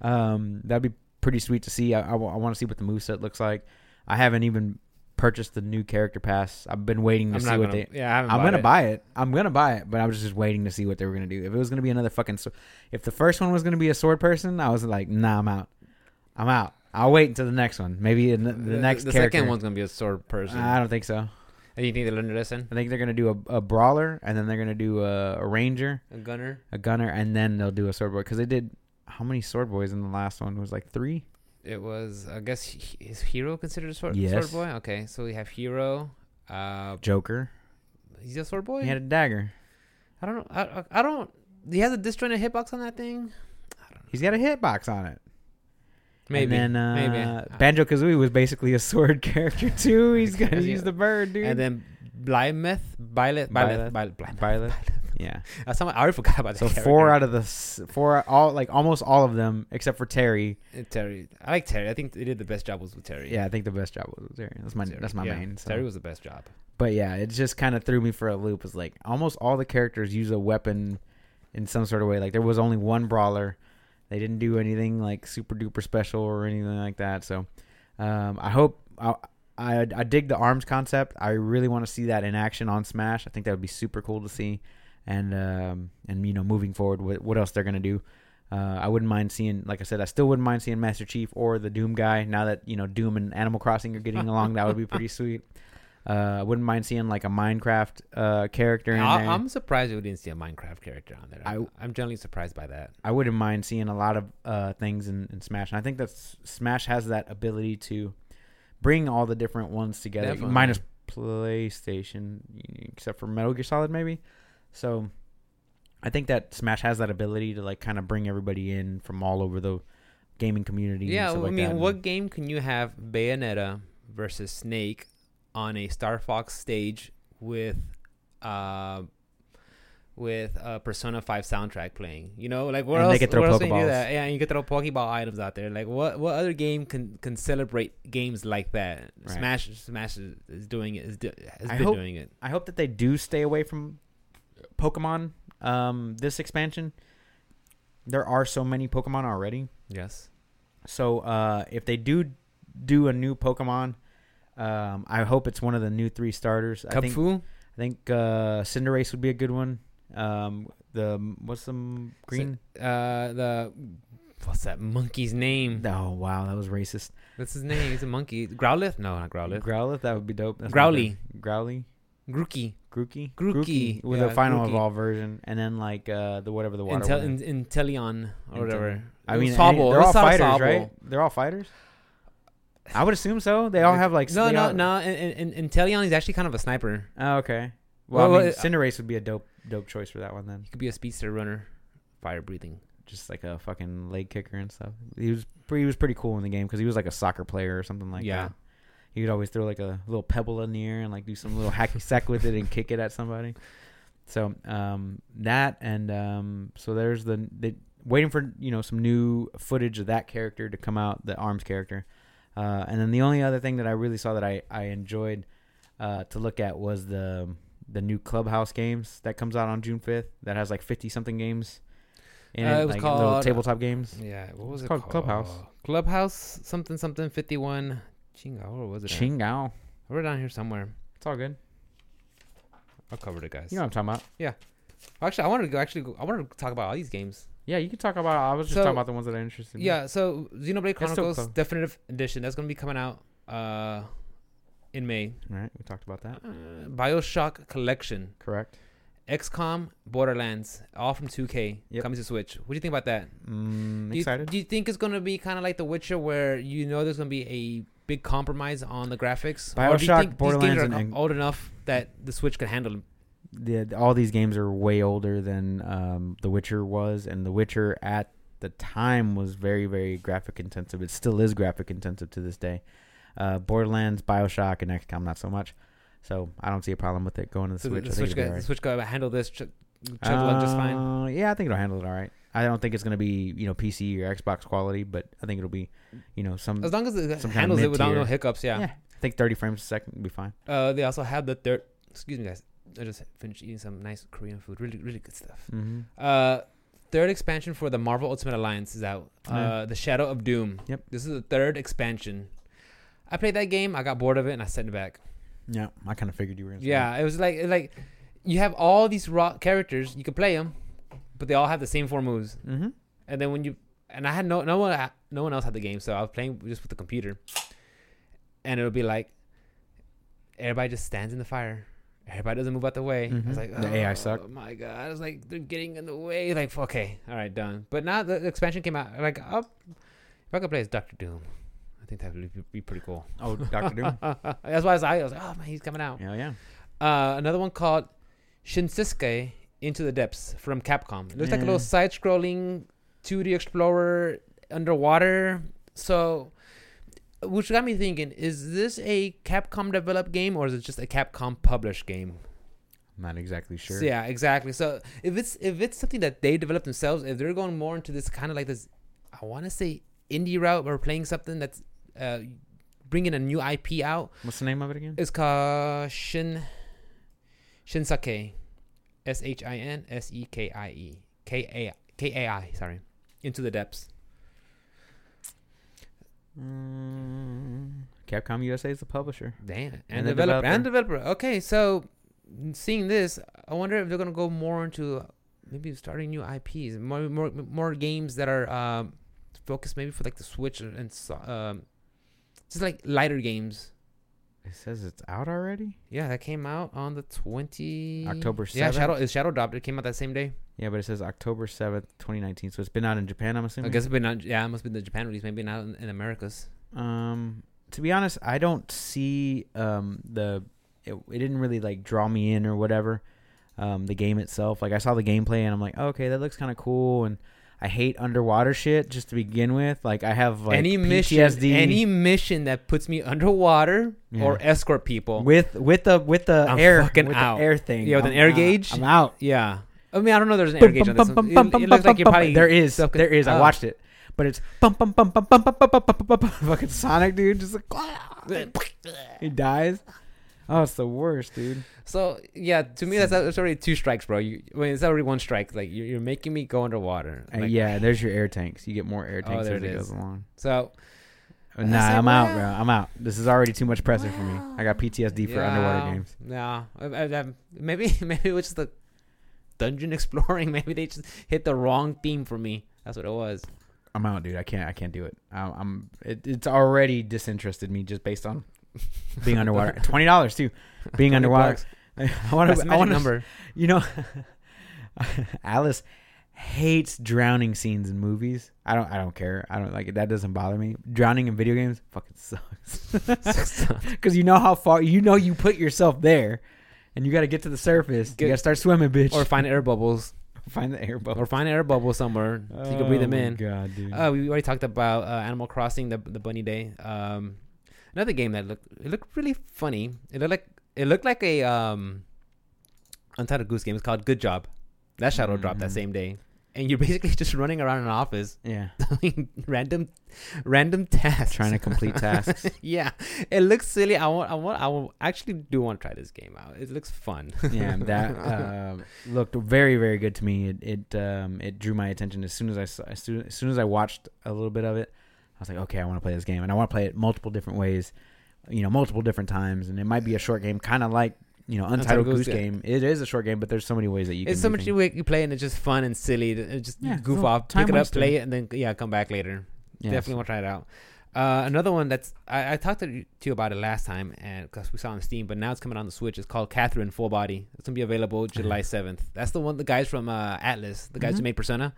Speaker 1: Um, that'd be pretty sweet to see. I, want to see what the moveset looks like. I haven't even purchased the new character pass. I've been waiting to
Speaker 2: I'm
Speaker 1: see
Speaker 2: not
Speaker 1: what
Speaker 2: gonna.
Speaker 1: they.
Speaker 2: yeah, I haven't
Speaker 1: I'm
Speaker 2: bought
Speaker 1: gonna
Speaker 2: it.
Speaker 1: buy it. I'm gonna buy it, but I was just waiting to see what they were gonna do. If it was gonna be another fucking, so- if the first one was gonna be a sword person, I was like, nah, I'm out. I'm out. I'll wait until the next one. Maybe in the, the next
Speaker 2: the
Speaker 1: character. Ah.
Speaker 2: second one's gonna be a sword person.
Speaker 1: I don't think so.
Speaker 2: and you think they learned a lesson?
Speaker 1: I think they're gonna do a, a brawler, and then they're gonna do a, a ranger,
Speaker 2: A gunner?
Speaker 1: a gunner, and then they'll do a sword boy. Because they did how many sword boys in the last one? It was like three.
Speaker 2: It was, I guess, he- is hero considered a sword,
Speaker 1: Yes.
Speaker 2: sword boy? Okay, so we have hero. Uh,
Speaker 1: Joker.
Speaker 2: he's a sword boy.
Speaker 1: He had a dagger.
Speaker 2: I don't know. I, I, I don't. He has a disjointed hitbox on that thing.
Speaker 1: He's got a hitbox on it.
Speaker 2: Maybe.
Speaker 1: And then, uh,
Speaker 2: maybe.
Speaker 1: Banjo Kazooie was basically a sword character too. He's gonna
Speaker 2: Because, yeah.
Speaker 1: use the bird, dude.
Speaker 2: and then Blymet, Byleth,
Speaker 1: Byleth.
Speaker 2: Byleth, Byleth. Byleth.
Speaker 1: Byleth. Yeah.
Speaker 2: Uh, some, I already forgot about that.
Speaker 1: So
Speaker 2: character.
Speaker 1: four out of the s- four, all like almost all of them except for Terry.
Speaker 2: And Terry. I like Terry. I think they did the best job was with Terry.
Speaker 1: Yeah, I think the best job was Terry. That's my
Speaker 2: Terry.
Speaker 1: that's my
Speaker 2: Yeah,
Speaker 1: main. So.
Speaker 2: Terry was the best job.
Speaker 1: but yeah, it just kind of threw me for a loop. It's like almost all the characters use a weapon in some sort of way. Like there was only one brawler. They didn't do anything like super duper special or anything like that. So um, I hope I, I I dig the arms concept. I really want to see that in action on Smash. I think that would be super cool to see. And um, and you know moving forward, what, what else they're gonna do? Uh, I wouldn't mind seeing, like I said, I still wouldn't mind seeing Master Chief or the Doom guy. Now that you know Doom and Animal Crossing are getting along, that would be pretty sweet. Uh, I wouldn't mind seeing like a Minecraft uh, character in
Speaker 2: I,
Speaker 1: there.
Speaker 2: I'm surprised we didn't see a Minecraft character on there. I'm,
Speaker 1: I-
Speaker 2: I, am generally surprised by that.
Speaker 1: I wouldn't mind seeing a lot of uh, things in, in Smash, and I think that S- Smash has that ability to bring all the different ones together,
Speaker 2: Definitely.
Speaker 1: minus PlayStation, except for Metal Gear Solid, maybe. So, I think that Smash has that ability to like kind of bring everybody in from all over the gaming community. and
Speaker 2: Yeah,
Speaker 1: stuff
Speaker 2: I
Speaker 1: like
Speaker 2: mean,
Speaker 1: that.
Speaker 2: what game can you have Bayonetta versus Snake on a Star Fox stage with, uh, with a Persona Five soundtrack playing? You know, like what
Speaker 1: And
Speaker 2: else?
Speaker 1: they could throw
Speaker 2: what else can you do
Speaker 1: Pokeballs.
Speaker 2: that? Yeah, and you could throw Pokeball items out there. Like what? What other game can can celebrate games like that?
Speaker 1: Right.
Speaker 2: Smash, Smash is, is doing it. Is, do- has
Speaker 1: I
Speaker 2: been
Speaker 1: hope-
Speaker 2: doing it.
Speaker 1: I hope that they do stay away from Pokemon um, this expansion. There are so many Pokemon already.
Speaker 2: Yes.
Speaker 1: So uh, if they do do a new Pokemon, um, I hope it's one of the new three starters. I
Speaker 2: Kung
Speaker 1: think
Speaker 2: Fu.
Speaker 1: I think uh, Cinderace would be a good one. Um, the what's some green?
Speaker 2: uh the what's that monkey's name?
Speaker 1: oh wow, that was racist.
Speaker 2: What's his name? He's a monkey. Growlithe? No, not Growlithe.
Speaker 1: Growlithe, that would be dope. That's my
Speaker 2: Growly.
Speaker 1: favorite. Growly,
Speaker 2: Grookey.
Speaker 1: Grookey,
Speaker 2: Grookey,
Speaker 1: with
Speaker 2: yeah,
Speaker 1: a final
Speaker 2: Grookey.
Speaker 1: evolved version, and then like uh, the whatever the water.
Speaker 2: Intel-
Speaker 1: one.
Speaker 2: in, Inteleon or whatever.
Speaker 1: I mean,
Speaker 2: Sobble.
Speaker 1: any- they're all
Speaker 2: It's not a
Speaker 1: fighters,
Speaker 2: Sobble.
Speaker 1: right? They're all fighters. I would assume so. They all have like
Speaker 2: No,
Speaker 1: they
Speaker 2: no,
Speaker 1: all-
Speaker 2: no. In, in, in- Inteleon is actually kind of a sniper.
Speaker 1: Oh, okay. Well,
Speaker 2: Well,
Speaker 1: I mean,
Speaker 2: well,
Speaker 1: Cinderace would be a dope, dope choice for that one then.
Speaker 2: He could be a speedster runner, fire breathing.
Speaker 1: Just like a fucking leg kicker and stuff. He was pretty, he was pretty cool in the game because he was like a soccer player or something like
Speaker 2: Yeah.
Speaker 1: that. He would always throw like a little pebble in the air and like do some little hacky sack with it and kick it at somebody. So um, that and um, so there's the, the waiting for you know some new footage of that character to come out, the arms character. Uh, and then the only other thing that I really saw that I, I enjoyed uh, to look at was the the new Clubhouse games that comes out on June fifth that has like fifty something games in
Speaker 2: Uh,
Speaker 1: it,
Speaker 2: it was
Speaker 1: like little
Speaker 2: called-
Speaker 1: tabletop games.
Speaker 2: Yeah. What was
Speaker 1: It's
Speaker 2: it
Speaker 1: called
Speaker 2: called?
Speaker 1: Clubhouse.
Speaker 2: Clubhouse something something 51. Chinga, where was it? at?
Speaker 1: Chingao.
Speaker 2: We're down here somewhere.
Speaker 1: It's all good.
Speaker 2: I'll cover it, guys.
Speaker 1: You know what I'm talking about.
Speaker 2: Actually, I wanted to go. Actually, go- I wanted to talk about all these games.
Speaker 1: Yeah, you can talk about. I was just
Speaker 2: So-
Speaker 1: talking about the ones that are interested. in.
Speaker 2: Yeah, so Xenoblade
Speaker 1: That's so
Speaker 2: Chronicles
Speaker 1: cool.
Speaker 2: Definitive Edition that's going to be coming out uh in May.
Speaker 1: All right, we talked about that.
Speaker 2: Uh, BioShock Collection,
Speaker 1: Correct.
Speaker 2: XCOM, Borderlands, all from 2K
Speaker 1: Yep.
Speaker 2: comes to Switch. What do you think about that?
Speaker 1: Mm,
Speaker 2: Do you,
Speaker 1: excited.
Speaker 2: do you think it's going to be kind of like The Witcher where you know there's going to be a big compromise on the graphics? Or do you
Speaker 1: BioShock,
Speaker 2: think these games
Speaker 1: Borderlands,
Speaker 2: are
Speaker 1: and-
Speaker 2: old enough that the Switch could handle them?
Speaker 1: the, the- all these games are way older than um, The Witcher was, and The Witcher at the time was very, very graphic intensive. It still is graphic intensive to this day. Uh, Borderlands, Bioshock, and XCOM not so much. So I don't see a problem with it going to the
Speaker 2: So
Speaker 1: Switch.
Speaker 2: the,
Speaker 1: I think
Speaker 2: Switch
Speaker 1: it'll be
Speaker 2: guy,
Speaker 1: all
Speaker 2: the
Speaker 1: right.
Speaker 2: Switch guy will handle this. Ch- chug along just fine.
Speaker 1: Uh, Yeah, I think it'll handle it all right. I don't think it's gonna be you know PC or Xbox quality, but I think it'll be you know some.
Speaker 2: As long as it
Speaker 1: some kind of
Speaker 2: handles it without no
Speaker 1: mid-tier.
Speaker 2: hiccups, yeah.
Speaker 1: Yeah. I think thirty frames a second will be fine.
Speaker 2: Uh, they also have the third. Excuse me, guys. I just finished eating some nice Korean food. Really, really good stuff.
Speaker 1: Mm-hmm.
Speaker 2: Uh, third expansion for the Marvel Ultimate Alliance is out. Uh,
Speaker 1: Oh, Yeah.
Speaker 2: The Shadow of Doom.
Speaker 1: Yep.
Speaker 2: This is the third expansion. I played that game. I got bored of it and I sent it back.
Speaker 1: Yeah, I kind of figured you were. Gonna say
Speaker 2: Yeah, it was like it like you have all these raw characters. You can play them, but they all have the same four moves.
Speaker 1: that. Mhm.
Speaker 2: And then when you and I had no no one no one else had the game, so I was playing just with the computer. And it would be like everybody just stands in the fire. Everybody doesn't move out the way. I was
Speaker 1: Mhm.
Speaker 2: like,
Speaker 1: The AI
Speaker 2: "Oh,
Speaker 1: sucked."
Speaker 2: My God, I was like, they're getting in the way. Like, okay, all right, done. But now the the expansion came out. Like, up if I could play as Doctor Doom, I think that would be- be pretty cool.
Speaker 1: Oh, Doctor Doom.
Speaker 2: That's why I was, I was like, oh man, he's coming out.
Speaker 1: Yeah, yeah.
Speaker 2: Uh, another one called Shinsuke Into the Depths from Capcom. It looks like a
Speaker 1: Yeah.
Speaker 2: little side scrolling 2D explorer underwater. So, which got me thinking is this a Capcom developed game or is it just a Capcom published game?
Speaker 1: I'm not exactly sure.
Speaker 2: So, yeah, exactly. So, if it's if it's something that they developed themselves, if they're going more into this kind of like this, I want to say indie route or playing something that's uh, bringing a new IP out,
Speaker 1: What's the name of it again?
Speaker 2: it's called Shin Shinsake. S H I N S E K I E. K A K A I, sorry. Into the depths.
Speaker 1: Mm, Capcom USA is the publisher.
Speaker 2: Damn. And,
Speaker 1: And the
Speaker 2: developer. And developer. Okay, so seeing this, I wonder if they're gonna go more into uh, maybe starting new IPs, more more more games that are um, focused maybe for like the Switch and so- um, just like lighter games.
Speaker 1: It says it's out already.
Speaker 2: Yeah, that came out on the twenty
Speaker 1: October
Speaker 2: Yeah,
Speaker 1: 7th?
Speaker 2: Shadow is Shadow dropped. It came out that same day.
Speaker 1: Yeah, but it says October seventh, twenty nineteen. So it's been out in Japan. I'm
Speaker 2: I
Speaker 1: assuming.
Speaker 2: guess it's been not. Yeah, it must be the Japan release. Maybe not in, in Americas.
Speaker 1: Um, to be honest, I don't see um the it, it didn't really like draw me in or whatever. Um, the game itself, like I saw the gameplay and I'm like, okay, that looks kind of cool. And I hate underwater shit just to begin with. Like I have like
Speaker 2: any
Speaker 1: PTSD
Speaker 2: mission, any mission that puts me underwater
Speaker 1: Yeah.
Speaker 2: or escort people.
Speaker 1: with with the with the
Speaker 2: I'm
Speaker 1: air
Speaker 2: fucking
Speaker 1: with
Speaker 2: out.
Speaker 1: the air thing.
Speaker 2: Yeah, with an
Speaker 1: I'm
Speaker 2: air
Speaker 1: out.
Speaker 2: gauge?
Speaker 1: I'm out.
Speaker 2: yeah, I mean I don't know. if There's an air
Speaker 1: Bum,
Speaker 2: gauge
Speaker 1: bum,
Speaker 2: on this.
Speaker 1: bum,
Speaker 2: one.
Speaker 1: bum, bum,
Speaker 2: It, it looks like you
Speaker 1: bum, bum.
Speaker 2: probably
Speaker 1: there is
Speaker 2: self-
Speaker 1: there is. I
Speaker 2: Oh.
Speaker 1: watched it, but it's bum bum bum bum bum bum bum bum bum bum bum. Fucking Sonic dude, just like he dies. Oh, it's the worst, dude.
Speaker 2: So yeah, to me that's, that's already two strikes, bro. You, I mean, it's already one strike. Like you're, you're making me go underwater.
Speaker 1: Uh,
Speaker 2: Like,
Speaker 1: yeah, there's your air tanks. You get more air
Speaker 2: Oh,
Speaker 1: tanks
Speaker 2: there
Speaker 1: as
Speaker 2: it
Speaker 1: it goes
Speaker 2: is.
Speaker 1: along.
Speaker 2: So
Speaker 1: Nah,
Speaker 2: That's like,
Speaker 1: I'm out,
Speaker 2: wow.
Speaker 1: bro. I'm out. This is already too much pressure for me. I got
Speaker 2: Wow.
Speaker 1: PTSD for
Speaker 2: yeah,
Speaker 1: underwater games.
Speaker 2: Yeah, I, I, I, maybe maybe it was just the dungeon exploring. Maybe they just hit the wrong theme for me. That's what it was.
Speaker 1: I'm out, dude. I can't. I can't do it. I, I'm. It, it's already disinterested me just based on being underwater. Twenty dollars too, being
Speaker 2: 20
Speaker 1: underwater.
Speaker 2: bucks.
Speaker 1: I want
Speaker 2: That's
Speaker 1: to.
Speaker 2: the
Speaker 1: I
Speaker 2: magic
Speaker 1: want to.
Speaker 2: number.
Speaker 1: You know, Alice hates drowning scenes in movies. I don't. I don't care. I don't like it. That doesn't bother me. Drowning in video games fucking sucks. Because you know how far. You know you put yourself there, and you got to get to the surface.
Speaker 2: Get-
Speaker 1: you got to start swimming, bitch.
Speaker 2: or find air bubbles,
Speaker 1: find the air bubble.
Speaker 2: or find air bubble somewhere so you can breathe
Speaker 1: Oh
Speaker 2: them
Speaker 1: my
Speaker 2: in.
Speaker 1: God, dude.
Speaker 2: Uh, we already talked about uh, Animal Crossing, the the bunny day. Um, another game that looked it looked really funny. It looked like it looked like a um, Untitled Goose game. It's called Good Job. That shadow dropped that
Speaker 1: Mhm.
Speaker 2: same day, and you're basically just running around an office
Speaker 1: yeah,
Speaker 2: doing random random tasks.
Speaker 1: trying to complete tasks.
Speaker 2: yeah, it looks silly. I want I want I will actually do want to try this game out. It looks fun.
Speaker 1: yeah, that uh, looked very, very good to me. It it um, it drew my attention as soon as I saw, as, soon, as soon as I watched a little bit of it. I was like, okay, I want to play this game, and I want to play it multiple different ways, you know, multiple different times, and it might be a short game, kind of like you know, Untitled
Speaker 2: Untitled Goose
Speaker 1: Goose Game. It is a short game, but there's so many ways that you can.
Speaker 2: it's so
Speaker 1: do
Speaker 2: much
Speaker 1: things.
Speaker 2: you you play and it's just fun and silly. to- uh, Just
Speaker 1: Yeah,
Speaker 2: goof
Speaker 1: so
Speaker 2: off,
Speaker 1: time
Speaker 2: pick it up,
Speaker 1: waster.
Speaker 2: play it, and then yeah, come back later.
Speaker 1: Yes.
Speaker 2: Definitely want to try it out. Uh, another one that's I, I talked to you to you about it last time, and because we saw it on Steam, but now it's coming on the Switch. It's called Catherine Full Body. It's gonna be available July seventh. That's the one the guys from uh, Atlas, the guys who
Speaker 1: Mhm.
Speaker 2: made Persona.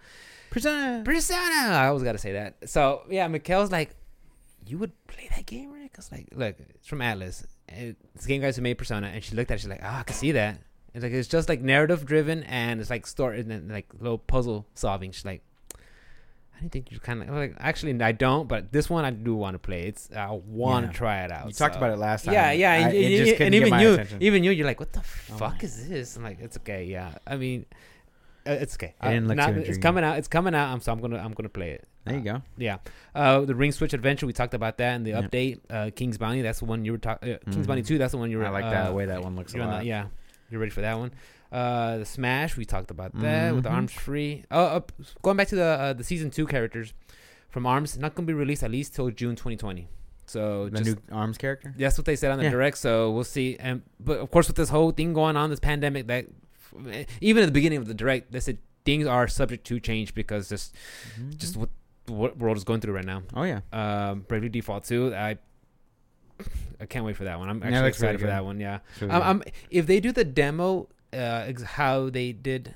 Speaker 1: Persona.
Speaker 2: Persona. I always gotta say that. So yeah, Mikhail's like, you would play that game, right? Cause like, look, it's from Atlas. and It's the game guys who made Persona, and she looked at, it, she's like, ah, I can see that. It's like it's just like narrative driven, and it's like story and then, like little puzzle solving. She's like, I didn't think you kind of like actually I don't, but this one I do want to play. It's I want to
Speaker 1: Yeah.
Speaker 2: try it out.
Speaker 1: You talked
Speaker 2: so.
Speaker 1: about it last time.
Speaker 2: Yeah, yeah,
Speaker 1: I-
Speaker 2: and,
Speaker 1: it
Speaker 2: and-
Speaker 1: just couldn't
Speaker 2: and
Speaker 1: get
Speaker 2: even
Speaker 1: my
Speaker 2: you,
Speaker 1: attention.
Speaker 2: even you, you're like, what the
Speaker 1: Oh
Speaker 2: fuck
Speaker 1: my.
Speaker 2: is this? I'm like, it's okay, yeah. I mean, uh, it's okay.
Speaker 1: It didn't
Speaker 2: Uh,
Speaker 1: look
Speaker 2: now
Speaker 1: too
Speaker 2: it's
Speaker 1: intriguing.
Speaker 2: coming out. It's coming out. I'm so I'm gonna I'm gonna play it.
Speaker 1: There you go.
Speaker 2: Yeah, uh, the Ring Switch Adventure. We talked about that in the
Speaker 1: Yeah.
Speaker 2: update. Uh, King's Bounty. That's the one you were talking. Uh, King's
Speaker 1: Mhm.
Speaker 2: Bounty Two. That's the one you were.
Speaker 1: I like that
Speaker 2: uh,
Speaker 1: the way that one looks a
Speaker 2: you're on
Speaker 1: lot.
Speaker 2: that- yeah, you're ready for that one. Uh, the Smash. We talked about that with the
Speaker 1: Mhm.
Speaker 2: Arms Free. Uh, uh, going back to the uh, the season two characters from Arms. Not gonna be released at least till June 2020. So
Speaker 1: the
Speaker 2: just
Speaker 1: new arms character.
Speaker 2: that's what they said on the
Speaker 1: Yeah.
Speaker 2: direct. So we'll see. And but of course, with this whole thing going on, this pandemic, that eh, even at the beginning of the direct, they said things are subject to change because just
Speaker 1: Mm-hmm.
Speaker 2: just what the wor- world is going through right now.
Speaker 1: oh yeah,
Speaker 2: Um, Bravely Default too. I I can't wait for that one. I'm
Speaker 1: Yeah,
Speaker 2: actually
Speaker 1: looks
Speaker 2: excited
Speaker 1: really
Speaker 2: for
Speaker 1: good.
Speaker 2: that one. Yeah.
Speaker 1: It's really
Speaker 2: Um,
Speaker 1: good.
Speaker 2: um, if they do the demo, uh, ex- how they did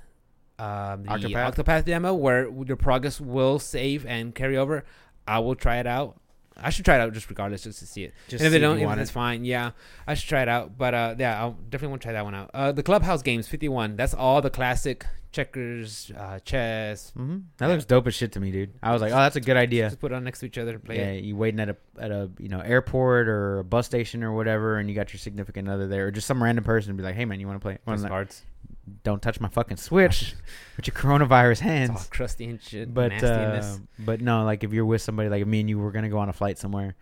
Speaker 2: um, the Octopath.
Speaker 1: Octopath?
Speaker 2: demo, where your progress will save and carry over, I will try it out. I should try it out just regardless, just to see it.
Speaker 1: Just
Speaker 2: and if
Speaker 1: see
Speaker 2: they
Speaker 1: if
Speaker 2: don't,
Speaker 1: you
Speaker 2: if
Speaker 1: want
Speaker 2: it's
Speaker 1: it.
Speaker 2: fine. Yeah, I should try it out. But uh, yeah, I'll definitely want to try that one out. Uh, the Clubhouse games, fifty-one. That's all the classic checkers, uh, chess.
Speaker 1: Mhm. That
Speaker 2: yeah.
Speaker 1: looks dope as shit to me, dude. I was like, oh, that's a good idea.
Speaker 2: Just put it on next to each other and play.
Speaker 1: Yeah,
Speaker 2: It.
Speaker 1: you waiting at a at a you know airport or a bus station or whatever, and you got your significant other there, or just some random person, be like, hey man, you want to play?
Speaker 2: Just
Speaker 1: I'm like,
Speaker 2: cards.
Speaker 1: don't touch my fucking switch with your coronavirus
Speaker 2: It's all
Speaker 1: hands.
Speaker 2: crusty and shit.
Speaker 1: But uh,
Speaker 2: nastiness.
Speaker 1: but no, like if you're with somebody, like me and you were gonna go on a flight somewhere,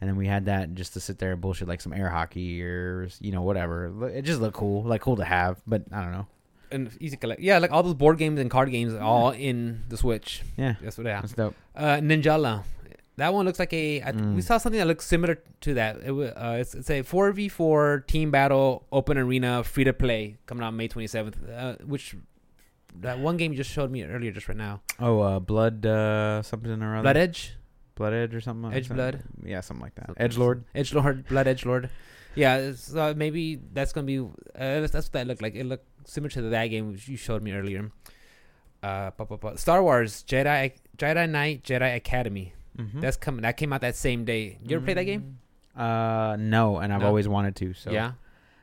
Speaker 1: and then we had that just to sit there and bullshit like some air hockey or you know whatever. Lo- It just looked cool, like cool to have, but I don't know.
Speaker 2: and easy collect. Yeah, like all those board games and card games are all in the Switch.
Speaker 1: Yeah,
Speaker 2: That's what they have.
Speaker 1: that's dope.
Speaker 2: Uh, Ninjala. That one looks like a. I, th We
Speaker 1: Mm.
Speaker 2: saw something that looks similar to that. It, wa- uh, it's, it's a 4v4 team battle, open arena, free to play, coming out May 27th, uh, which that one game you just showed me earlier, just right now.
Speaker 1: Oh, uh, blood uh, something or other.
Speaker 2: Blood Edge?
Speaker 1: Blood Edge or something.
Speaker 2: Edge
Speaker 1: something-
Speaker 2: Blood?
Speaker 1: Yeah, something like that.
Speaker 2: Something-
Speaker 1: Edge Lord.
Speaker 2: Edge Lord, Blood Edge Lord. Yeah, so maybe that's gonna be uh, that's, that's what that looked like. It looked similar to that game which you showed me earlier. Uh, pa- pa- pa- Star Wars Jedi Jedi Knight Jedi Academy.
Speaker 1: Hmm.
Speaker 2: That's coming. That came out that same day. Mm-hmm. You ever play that game?
Speaker 1: Uh, no, and I've
Speaker 2: No?
Speaker 1: always wanted to. So
Speaker 2: yeah,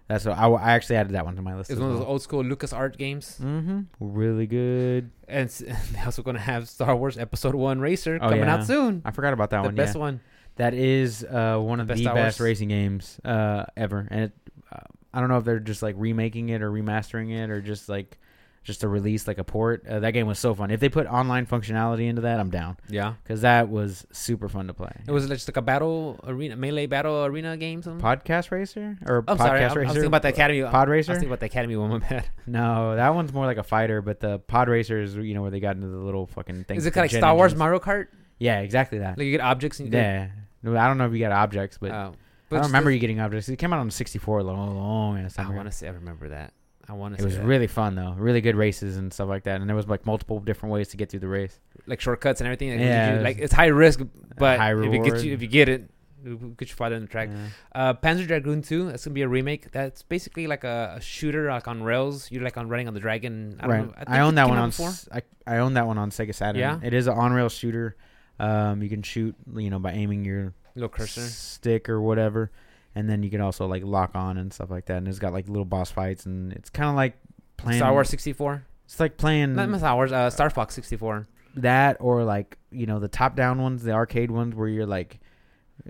Speaker 1: that's what I, w- I actually added that one to my list.
Speaker 2: it's one of those old school Lucas Art games,
Speaker 1: Mm-hmm. Really good.
Speaker 2: and s- they're also gonna have Star Wars Episode One Racer
Speaker 1: Oh,
Speaker 2: coming out
Speaker 1: yeah.
Speaker 2: soon.
Speaker 1: I forgot about that
Speaker 2: the
Speaker 1: one.
Speaker 2: best
Speaker 1: yeah.
Speaker 2: one.
Speaker 1: That is uh one of
Speaker 2: Best
Speaker 1: the
Speaker 2: Star
Speaker 1: best
Speaker 2: Wars?
Speaker 1: racing games uh ever, and it, uh, I don't know if they're just like remaking it or remastering it or just like just a release like a port. Uh, that game was so fun. If they put online functionality into that, I'm down
Speaker 2: Yeah,
Speaker 1: because that was super fun to play.
Speaker 2: it was like just like a battle arena, melee battle arena game. Something.
Speaker 1: podcast racer or
Speaker 2: I'm
Speaker 1: podcast
Speaker 2: Oh, sorry, I, I
Speaker 1: racer.
Speaker 2: was thinking about the Academy. I
Speaker 1: pod
Speaker 2: was
Speaker 1: racer.
Speaker 2: thinking about the Academy one. My bad.
Speaker 1: No, that one's more like a fighter, but the pod racer is you know where they got into the little fucking thing.
Speaker 2: Is it
Speaker 1: with
Speaker 2: kind
Speaker 1: the
Speaker 2: of like
Speaker 1: jet
Speaker 2: Star Wars
Speaker 1: engines.
Speaker 2: Mario Kart?
Speaker 1: yeah, exactly that.
Speaker 2: Like you get objects and you can-
Speaker 1: yeah, No, I don't know if you got objects, but,
Speaker 2: Oh.
Speaker 1: I
Speaker 2: just
Speaker 1: don't remember
Speaker 2: the-
Speaker 1: you getting objects. It came out on sixty four long, long ass
Speaker 2: I
Speaker 1: time.
Speaker 2: want
Speaker 1: ago.
Speaker 2: to say I remember that. I want to.
Speaker 1: It was really fun though. Really good races and stuff like that, and there was like multiple different ways to get through the race.
Speaker 2: like shortcuts and everything. Like,
Speaker 1: Yeah,
Speaker 2: yeah,
Speaker 1: it was-
Speaker 2: like it's high risk, but
Speaker 1: High
Speaker 2: if you get
Speaker 1: reward.
Speaker 2: you, if you get it, it'll get you farther in the track.
Speaker 1: Yeah.
Speaker 2: Uh, Panzer Dragoon 2, that's gonna be a remake. That's basically like a, a shooter like on rails. You're like on running on the dragon. I don't
Speaker 1: right.
Speaker 2: know.
Speaker 1: I,
Speaker 2: think
Speaker 1: own
Speaker 2: it
Speaker 1: that
Speaker 2: came
Speaker 1: one
Speaker 2: out
Speaker 1: on.
Speaker 2: before.
Speaker 1: S- I, I own that one on Sega Saturn.
Speaker 2: Yeah?
Speaker 1: It is an on rail shooter. Um, you can shoot, you know, by aiming your
Speaker 2: little cursor.
Speaker 1: stick or whatever, and then you can also like lock on and stuff like that. And it's got like little boss fights, and it's kind of like playing
Speaker 2: Star Wars 64.
Speaker 1: It's like playing
Speaker 2: Not Star Wars. Uh, Star Fox 64.
Speaker 1: that or like you know the top down ones, the arcade ones where you're like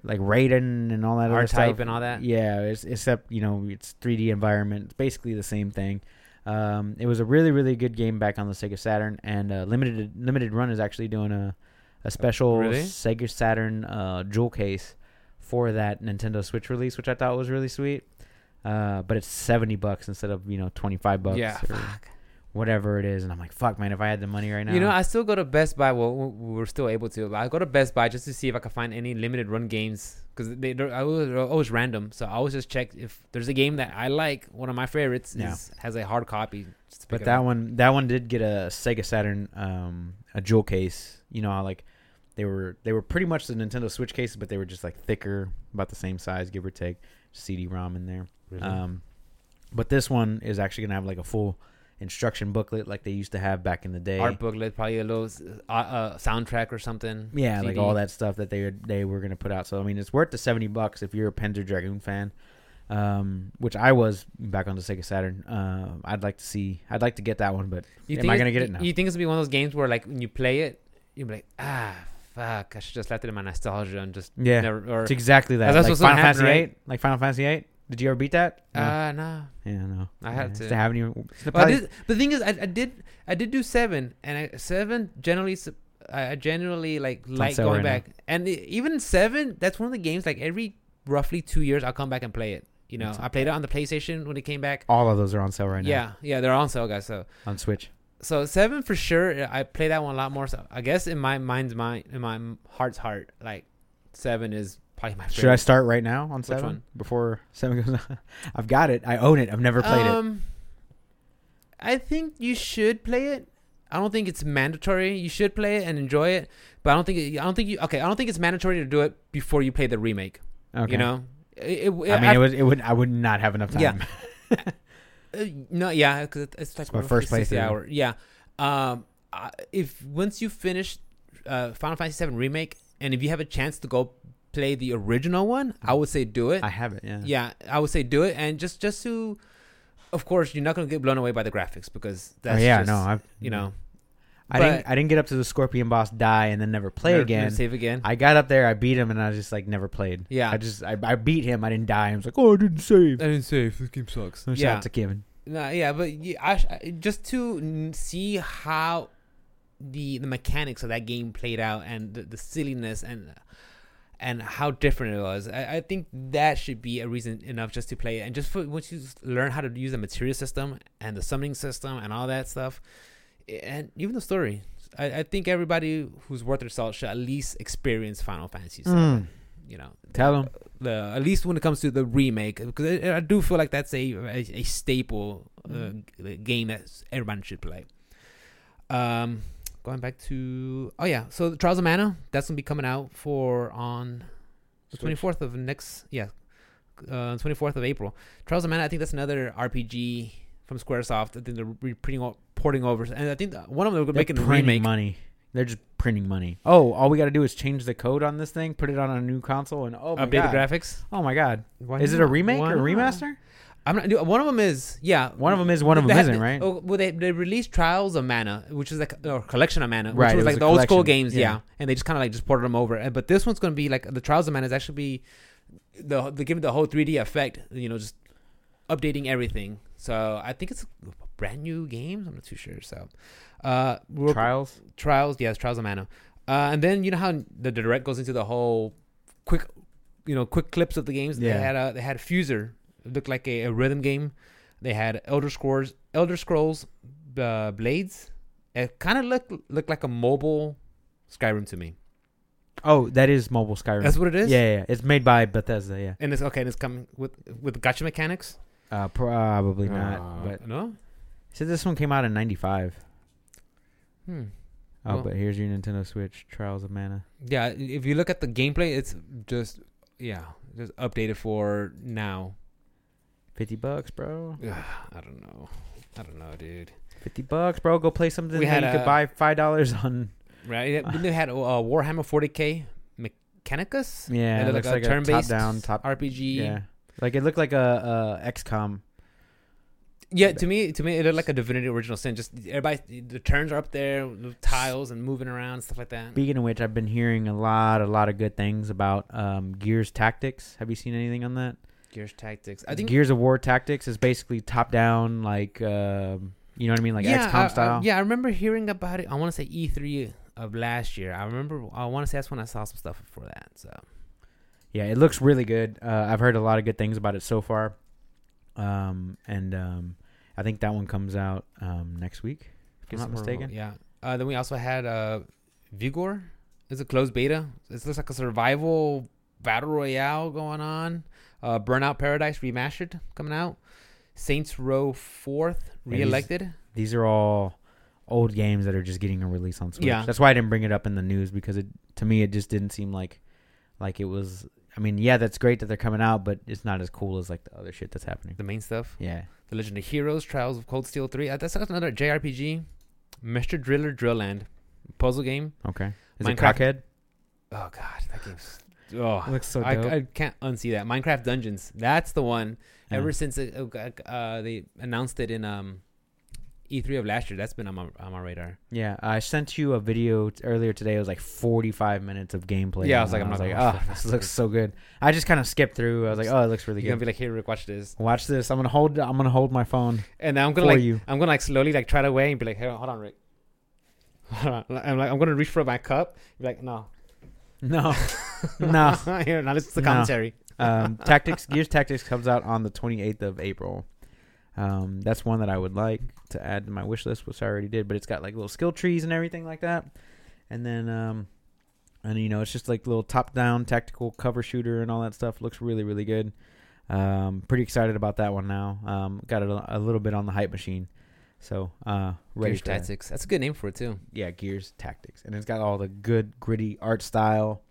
Speaker 1: like Raiden and all that other
Speaker 2: R-Type
Speaker 1: stuff.
Speaker 2: and all that?
Speaker 1: Yeah, it's, except you know it's 3D environment. It's basically the same thing. Um, it was a really really good game back on the Sega Saturn, and uh, limited limited run is actually doing a a special
Speaker 2: Oh, Really?
Speaker 1: Sega Saturn uh, jewel case for that Nintendo Switch release, which I thought was really sweet. Uh, but it's seventy bucks instead of you know twenty five bucks
Speaker 2: Yeah.
Speaker 1: or whatever it is, and I'm like, fuck, man, if I had the money right now,
Speaker 2: You know, I still go to Best Buy. Well, we- we're still able to. But I go to Best Buy just to see if I can find any limited run games because they they're always, they're always random. So I always just check if there's a game that I like, one of my favorites,
Speaker 1: Yeah.
Speaker 2: is, has a hard copy. Just to pick
Speaker 1: But
Speaker 2: it
Speaker 1: that
Speaker 2: up.
Speaker 1: one, that one did get a Sega Saturn, um, a jewel case. You know, how, like they were they were pretty much the Nintendo Switch cases, but they were just like thicker, about the same size, give or take. CD-ROM in there.
Speaker 2: Mm-hmm.
Speaker 1: Um, but this one is actually gonna have like a full instruction booklet, like they used to have back in the day.
Speaker 2: art booklet, probably a little s- uh, uh, soundtrack or something.
Speaker 1: yeah, like
Speaker 2: CD.
Speaker 1: all that stuff that they they were gonna put out. So I mean, it's worth the seventy bucks if you're a Panzer Dragoon fan. um, which I was back on the Sega Saturn. Uh, I'd like to see. I'd like to get that one, but
Speaker 2: You
Speaker 1: am
Speaker 2: think
Speaker 1: I
Speaker 2: it-
Speaker 1: gonna get it
Speaker 2: you-
Speaker 1: now?
Speaker 2: You think it's gonna be one of those games where like when you play it, you'll be like, ah, fuck, I should just let it in my nostalgia and just
Speaker 1: yeah,
Speaker 2: never or
Speaker 1: it's exactly that.
Speaker 2: That's
Speaker 1: Like
Speaker 2: what's
Speaker 1: Final
Speaker 2: gonna happen,
Speaker 1: Fantasy
Speaker 2: right?
Speaker 1: Eight. Like Final Fantasy Eight. Did you ever beat that? No.
Speaker 2: uh no.
Speaker 1: yeah, no.
Speaker 2: I had
Speaker 1: yeah,
Speaker 2: to.
Speaker 1: They haven't even.
Speaker 2: But I did, the thing is, I, I did I did do seven, and I, seven generally s- I I generally like like
Speaker 1: sale right
Speaker 2: going
Speaker 1: now.
Speaker 2: back, and e- even seven that's one of the games like every roughly two years I'll come back and play it. You know,
Speaker 1: It's-
Speaker 2: I played it on the PlayStation when it came back.
Speaker 1: all of those are on sale right now.
Speaker 2: yeah, yeah, they're on sale, guys. So
Speaker 1: on Switch.
Speaker 2: so seven for sure. I play that one a lot more. So I guess in my mind's mind, in my heart's heart, like seven is probably my favorite.
Speaker 1: Should I start right now on seven
Speaker 2: one?
Speaker 1: before seven goes on? I've got it. I own it. I've never played it.
Speaker 2: um, I think you should play it. I don't think it's mandatory. You should play it and enjoy it, but I don't think it, I don't think you okay. I don't think it's mandatory to do it before you play the remake.
Speaker 1: Okay.
Speaker 2: You know, it, it,
Speaker 1: I mean, it would. It would. I would not have enough time.
Speaker 2: Yeah. Uh, no, yeah, because it's like
Speaker 1: my
Speaker 2: roughly
Speaker 1: first
Speaker 2: 60
Speaker 1: playthrough.
Speaker 2: Hour. Yeah, um, I, if once you finish uh, Final Fantasy VII remake, and if you have a chance to go play the original one, I would say do it.
Speaker 1: I have it. Yeah. Oh,
Speaker 2: yeah, I would say do it, and just just to, of course, you're not gonna get blown away by the graphics because
Speaker 1: Oh,
Speaker 2: that's
Speaker 1: yeah.
Speaker 2: just,
Speaker 1: no. I.
Speaker 2: you know
Speaker 1: I
Speaker 2: but-
Speaker 1: didn't. I didn't get up to the scorpion boss die and then never play
Speaker 2: never-
Speaker 1: again.
Speaker 2: never save again.
Speaker 1: I got up there, I beat him, and I was just like never played.
Speaker 2: Yeah.
Speaker 1: I just I, I beat him. I didn't die. I was like, oh, I didn't save.
Speaker 2: didn't save. This game sucks.
Speaker 1: So Shout
Speaker 2: Yeah,
Speaker 1: out to Kevin.
Speaker 2: no, yeah, but yeah, I, sh- I- just to n- see how the the mechanics of that game played out and the, the silliness and and how different it was. I, I think that should be a reason enough just to play it and just for once you s- learn how to use the material system and the summoning system and all that stuff, and even the story. I, I think everybody who's worth their salt should at least experience Final Fantasy. VII,
Speaker 1: Mm.
Speaker 2: You know,
Speaker 1: Tell him.
Speaker 2: the at least when it comes to the remake because I, I do feel like that's a a, a staple
Speaker 1: Mm.
Speaker 2: uh, g- game that everyone should play. Um, going back to oh yeah, so Trials of Mana that's gonna be coming out for on the twenty fourth of next yeah, twenty fourth of April. Trials of Mana I think that's another RPG from SquareSoft. I think they're re- printing o- porting over, and I think that one of them are
Speaker 1: They're
Speaker 2: making a
Speaker 1: printing
Speaker 2: remake.
Speaker 1: money. They're just printing money. Oh, all we got to do is change the code on this thing, put it on a new console, and oh my
Speaker 2: Updated
Speaker 1: god,
Speaker 2: graphics.
Speaker 1: oh my god,
Speaker 2: Why
Speaker 1: is it a
Speaker 2: not?
Speaker 1: remake
Speaker 2: Why
Speaker 1: or
Speaker 2: not?
Speaker 1: remaster?
Speaker 2: I'm not. dude, One of them is yeah.
Speaker 1: One of them is, one of
Speaker 2: They
Speaker 1: them
Speaker 2: had-
Speaker 1: isn't, right?
Speaker 2: Oh, well, they they released Trials of Mana, which is like a collection of Mana, which
Speaker 1: Right, it
Speaker 2: was
Speaker 1: was
Speaker 2: like
Speaker 1: a
Speaker 2: the old school
Speaker 1: collection,
Speaker 2: games, yeah.
Speaker 1: yeah.
Speaker 2: And they just kind of like just ported them over. Uh, But this one's gonna be like the Trials of Mana is actually be the they give it the whole 3D effect, you know, just updating everything. So I think it's a brand new game. I'm not too sure. So uh, we're,
Speaker 1: Trials.
Speaker 2: Trials, yes, Trials of Mana. Uh, and then you know how the direct goes into the whole quick, you know, quick clips of the games.
Speaker 1: Yeah.
Speaker 2: They had a, they had Fuser, it looked like a, a rhythm game. They had Elder Scrolls, Elder Scrolls, uh, Blades. It kind of looked looked like a mobile Skyrim to me.
Speaker 1: Oh, that is mobile Skyrim.
Speaker 2: That's what it
Speaker 1: yeah,
Speaker 2: is.
Speaker 1: yeah, yeah. It's made by Bethesda. Yeah,
Speaker 2: And it's okay. And it's coming with with gotcha mechanics.
Speaker 1: uh, probably not.
Speaker 2: Uh,
Speaker 1: but
Speaker 2: no.
Speaker 1: said this one came out in '95.
Speaker 2: Hmm.
Speaker 1: Oh,
Speaker 2: Well-
Speaker 1: but here's your Nintendo Switch Trials of Mana.
Speaker 2: Yeah. If you look at the gameplay, it's just yeah, just updated for now.
Speaker 1: Fifty bucks, bro.
Speaker 2: Ugh, I don't know. I don't know, dude.
Speaker 1: 50 bucks, bro. Go play something
Speaker 2: We
Speaker 1: that
Speaker 2: had
Speaker 1: you could
Speaker 2: a-
Speaker 1: buy $5 on.
Speaker 2: Right. Then they had uh, Warhammer 40k Mechanicus.
Speaker 1: Yeah,
Speaker 2: That
Speaker 1: it
Speaker 2: looked
Speaker 1: looks
Speaker 2: like
Speaker 1: like
Speaker 2: a
Speaker 1: a
Speaker 2: turn-based
Speaker 1: top-down, top...
Speaker 2: RPG.
Speaker 1: Yeah. Like, it looked like a, a XCOM.
Speaker 2: Mm. Yeah, To me, to me, it looked like a Divinity Original Sin. Just everybody, the turns are up there, the tiles and moving around, stuff like that.
Speaker 1: Speaking of which, I've been hearing a lot, a lot of good things about um, Gears Tactics. Have you seen anything on that?
Speaker 2: Gears Tactics. I think.
Speaker 1: Gears of War Tactics is basically top-down, like, um, you know what I mean? Like
Speaker 2: yeah,
Speaker 1: XCOM
Speaker 2: I- I-
Speaker 1: style.
Speaker 2: yeah, I remember hearing about it. I want to say E3 of last year. I remember. I want to say that's when I saw some stuff for that. So
Speaker 1: Yeah, it looks really good. Uh, I've heard a lot of good things about it so far, um, and um, I think that one comes out um, next week, if I'm not mistaken.
Speaker 2: Yeah. Uh, then we also had uh, Vigor. It's a closed beta. It looks like a survival battle royale going on. Uh, Burnout Paradise remastered coming out. Saints Row Fourth
Speaker 1: these-
Speaker 2: reelected.
Speaker 1: These are all old games that are just getting a release on Switch.
Speaker 2: Yeah.
Speaker 1: That's why I didn't bring it up in the news because it to me it just didn't seem like like it was. I mean, yeah, that's great that they're coming out, but it's not as cool as like the other shit that's happening.
Speaker 2: The main stuff.
Speaker 1: Yeah,
Speaker 2: The Legend of Heroes, Trials of Cold Steel Three. Uh, that's another JRPG. Mr. Driller Drillland, puzzle game.
Speaker 1: okay. Is
Speaker 2: Minecraft-
Speaker 1: it Cockhead?
Speaker 2: Oh God, that game's oh,
Speaker 1: Looks so
Speaker 2: I,
Speaker 1: dope.
Speaker 2: I can't unsee that. Minecraft Dungeons. That's the one.
Speaker 1: Yeah.
Speaker 2: Ever since it, uh, g- uh, they announced it in um, E3 of last year, that's been on my on my radar.
Speaker 1: yeah, I sent you a video t- earlier today. It was like 45 minutes of gameplay.
Speaker 2: Yeah, I
Speaker 1: on
Speaker 2: was
Speaker 1: that.
Speaker 2: like,
Speaker 1: I
Speaker 2: I'm
Speaker 1: was
Speaker 2: not
Speaker 1: like,
Speaker 2: gonna watch
Speaker 1: oh,
Speaker 2: that.
Speaker 1: this looks so good. I just kind of skipped through. I was like, oh, it looks really
Speaker 2: You're gonna
Speaker 1: good.
Speaker 2: be like, "Hey, Rick, watch this,"
Speaker 1: Watch this. I'm gonna hold. I'm gonna hold my phone.
Speaker 2: and I'm gonna
Speaker 1: For
Speaker 2: like,
Speaker 1: you.
Speaker 2: I'm gonna like slowly like try to away and be like, "Hey, hold on, Rick." Hold on. I'm like, I'm gonna reach for my cup. Be like, no,
Speaker 1: No, no.
Speaker 2: Here, now listen to the
Speaker 1: No.
Speaker 2: commentary.
Speaker 1: Um, Tactics Gears Tactics comes out on the 28th of April. Um, that's one that I would like to add to my wish list, which I already did. But it's got like little skill trees and everything like that. And then, um, and you know, it's just like little top-down tactical cover shooter and all that stuff. Looks really, really good. Um, pretty excited about that one now. Um, got it a, a little bit on the hype machine. So, uh, ready
Speaker 2: Gears
Speaker 1: for that.
Speaker 2: Tactics. That's a good name for it too.
Speaker 1: yeah, Gears Tactics, and it's got all the good gritty art style.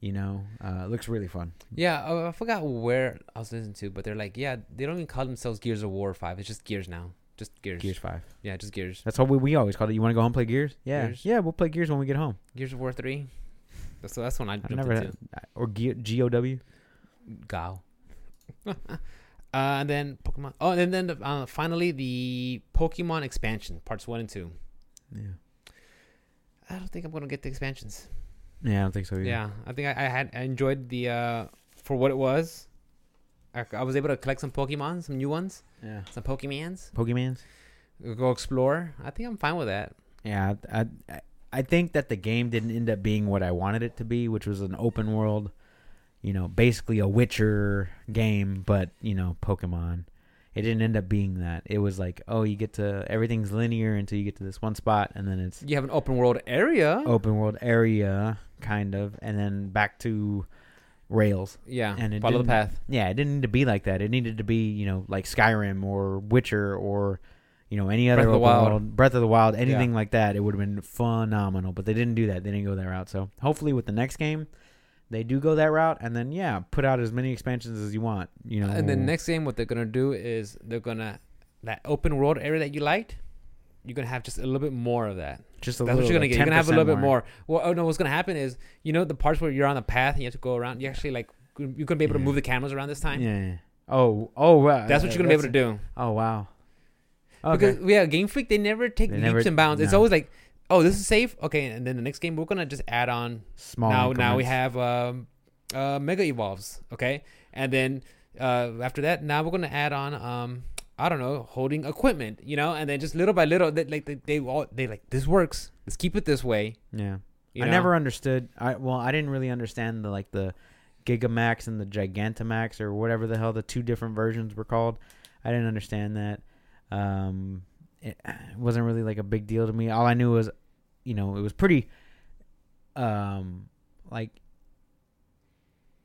Speaker 1: You know, uh, it looks really fun.
Speaker 2: Yeah, uh, I forgot where I was listening to, but they're like, yeah, they don't even call themselves Gears of War Five. It's just Gears now, just Gears.
Speaker 1: Gears Five.
Speaker 2: Yeah, just Gears.
Speaker 1: That's what we, we always called it. You want to go home and play Gears? Yeah,
Speaker 2: Gears?
Speaker 1: yeah, we'll play Gears when we get home.
Speaker 2: Gears of War Three. That's that's when I
Speaker 1: I've
Speaker 2: jumped
Speaker 1: never
Speaker 2: into.
Speaker 1: had, or G- GOW.
Speaker 2: Gao. uh, and then Pokemon. Oh, and then uh, finally the Pokemon expansion, parts one and two.
Speaker 1: Yeah,
Speaker 2: I don't think I'm gonna get the expansions.
Speaker 1: yeah, I don't think so. Either.
Speaker 2: Yeah, I think I, I had I enjoyed the uh, for what it was. I, I was able to collect some Pokemon, some new ones,
Speaker 1: yeah.
Speaker 2: some Pokemons.
Speaker 1: Pokemans.
Speaker 2: Go explore. I think I'm fine with that.
Speaker 1: Yeah, I, I I think that the game didn't end up being what I wanted it to be, which was an open world, you know, basically a Witcher game, but you know, Pokemon. It didn't end up being that. It was like, oh, you get to everything's linear until you get to this one spot, and then it's
Speaker 2: You have an open world area.
Speaker 1: open world area kind of, and then back to rails.
Speaker 2: yeah.
Speaker 1: and it
Speaker 2: follow the
Speaker 1: didn't-
Speaker 2: path.
Speaker 1: Yeah, it didn't need to be like that. It needed to be, you know, like Skyrim or Witcher or, you know, any other
Speaker 2: Breath of the
Speaker 1: open
Speaker 2: Wild.
Speaker 1: world, Breath of the Wild, anything like that. It would have been phenomenal, but they didn't do that. They didn't go that route. So hopefully with the next game, they do go that route, and then yeah, put out as many expansions as you want. You know,
Speaker 2: And the next game, what they're gonna do is they're gonna that open world area that you liked. You're gonna have just a little bit more of that.
Speaker 1: just a little,
Speaker 2: That's what you're gonna
Speaker 1: like
Speaker 2: get. You're gonna have a
Speaker 1: 10%
Speaker 2: little bit more. Well, oh no, what's gonna happen is you know the parts where you're on the path and you have to go around. You actually like you're gonna be able to
Speaker 1: Yeah.
Speaker 2: move the cameras around this time.
Speaker 1: Yeah. yeah. Oh, oh, wow.
Speaker 2: That's what you're gonna be able to do.
Speaker 1: Oh, wow. Okay.
Speaker 2: Because yeah, Game Freak they never take
Speaker 1: They
Speaker 2: leaps
Speaker 1: never-
Speaker 2: and bounds. It's
Speaker 1: no.
Speaker 2: always like, oh, this is safe. Okay, and then the next game we're gonna just add on
Speaker 1: Small.
Speaker 2: now now we
Speaker 1: increments.
Speaker 2: have um, uh, mega evolves okay and then uh, after that now we're going to add on um, i don't know holding equipment you know and then just little by little they, like they, they all they like this works let's keep it this way
Speaker 1: Yeah.
Speaker 2: you
Speaker 1: I
Speaker 2: know?
Speaker 1: never understood. I well, I didn't really understand the like the Gigamax and the Gigantamax or whatever the hell the two different versions were called. I didn't understand that. Um, it wasn't really like a big deal to me. All I knew was, you know, it was pretty, um, like,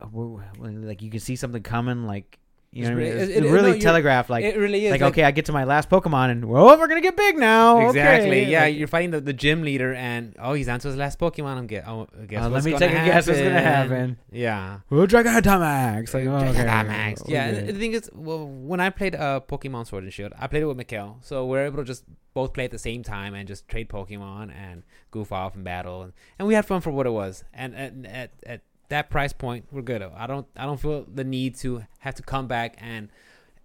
Speaker 1: uh, wh- wh- like you can see something coming, like you know,
Speaker 2: It's
Speaker 1: what I mean?
Speaker 2: really-
Speaker 1: it was
Speaker 2: it- it-
Speaker 1: really
Speaker 2: no, you're-
Speaker 1: telegraphed, like.
Speaker 2: it really is
Speaker 1: like, okay, I get to my last Pokemon, and well, we're gonna get big now.
Speaker 2: exactly
Speaker 1: Oh, okay.
Speaker 2: yeah
Speaker 1: Like,
Speaker 2: you're fighting the, the gym leader and oh he's onto his last pokemon i'm get oh guess
Speaker 1: uh, let
Speaker 2: what's
Speaker 1: me
Speaker 2: gonna
Speaker 1: take a guess what's gonna happen.
Speaker 2: yeah
Speaker 1: Well, Gigantamax. Like, oh, okay.
Speaker 2: Gigantamax.
Speaker 1: Okay.
Speaker 2: Yeah, and the thing is, well, when I played uh, Pokemon Sword and Shield, I played it with Mikhail, so we are able to just both play at the same time and just trade Pokemon and goof off and battle, and, and we had fun for what it was. And at, at at that price point, we're good. I don't I don't feel the need to have to come back and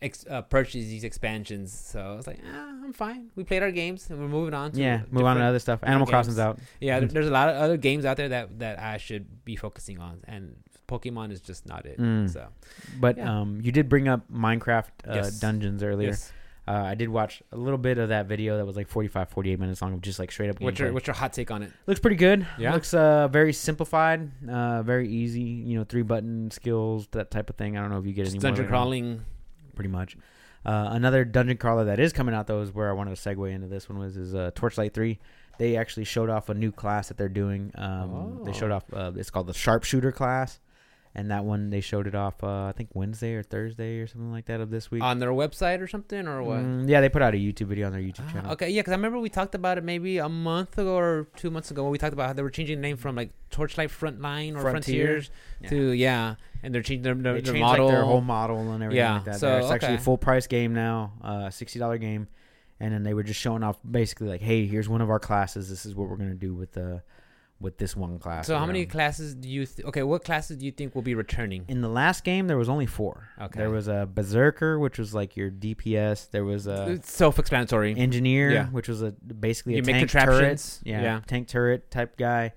Speaker 2: ex- uh, purchase these expansions. So it's like, ah, I'm fine. We played our games and we're moving on. To
Speaker 1: Yeah, move on
Speaker 2: different-
Speaker 1: to other stuff. Animal
Speaker 2: different
Speaker 1: Crossing's
Speaker 2: games.
Speaker 1: out.
Speaker 2: Yeah, there- there's a lot of other games out there that that I should be focusing on, and Pokemon is just not it.
Speaker 1: Mm.
Speaker 2: So
Speaker 1: But
Speaker 2: Yeah.
Speaker 1: um, you did bring up Minecraft uh,
Speaker 2: Yes.
Speaker 1: Dungeons earlier.
Speaker 2: yes.
Speaker 1: Uh, I did watch a little bit of that video that was like 45, 48 minutes long of just like straight up
Speaker 2: What's
Speaker 1: gameplay.
Speaker 2: your what's your hot take on it?
Speaker 1: Looks pretty good.
Speaker 2: Yeah.
Speaker 1: Looks uh, very simplified, uh, very easy. You know, three button skills, that type of thing. I don't know if you get
Speaker 2: Just
Speaker 1: any more
Speaker 2: dungeon
Speaker 1: later on.
Speaker 2: crawling.
Speaker 1: pretty much. Uh, another dungeon crawler that is coming out though is where I wanted to segue into this one was is uh, Torchlight Three. They actually showed off a new class that they're doing. Um, They showed
Speaker 2: Oh.
Speaker 1: off uh, it's called the Sharpshooter class, and that one they showed it off uh, I think Wednesday or Thursday or something like that of this week.
Speaker 2: on their website or something or what?
Speaker 1: Mm, yeah, they put out a YouTube video on their YouTube
Speaker 2: Ah,
Speaker 1: channel.
Speaker 2: okay, yeah, because I remember we talked about it maybe a month ago or two months ago. when We talked about how they were changing the name from like Torchlight Frontline or
Speaker 1: Frontier?
Speaker 2: Frontiers to yeah, and they're changing their, their,
Speaker 1: They
Speaker 2: their
Speaker 1: changed
Speaker 2: model.
Speaker 1: like their whole model and everything
Speaker 2: Yeah,
Speaker 1: like that.
Speaker 2: so,
Speaker 1: it's actually a
Speaker 2: okay.
Speaker 1: full price game now, uh, sixty dollar game, and then they were just showing off basically like, hey, here's one of our classes. This is what we're gonna do with the with this one class.
Speaker 2: So how many
Speaker 1: alone.
Speaker 2: classes do you? Th- okay, what classes do you think will be returning?
Speaker 1: in the last game, there was only four.
Speaker 2: Okay.
Speaker 1: There was a berserker, which was like your DPS. There was a
Speaker 2: it's self-explanatory.
Speaker 1: engineer,
Speaker 2: Yeah.
Speaker 1: which was a basically a
Speaker 2: You make
Speaker 1: tank
Speaker 2: contraptions.
Speaker 1: turret. Yeah,
Speaker 2: Yeah.
Speaker 1: tank turret type guy.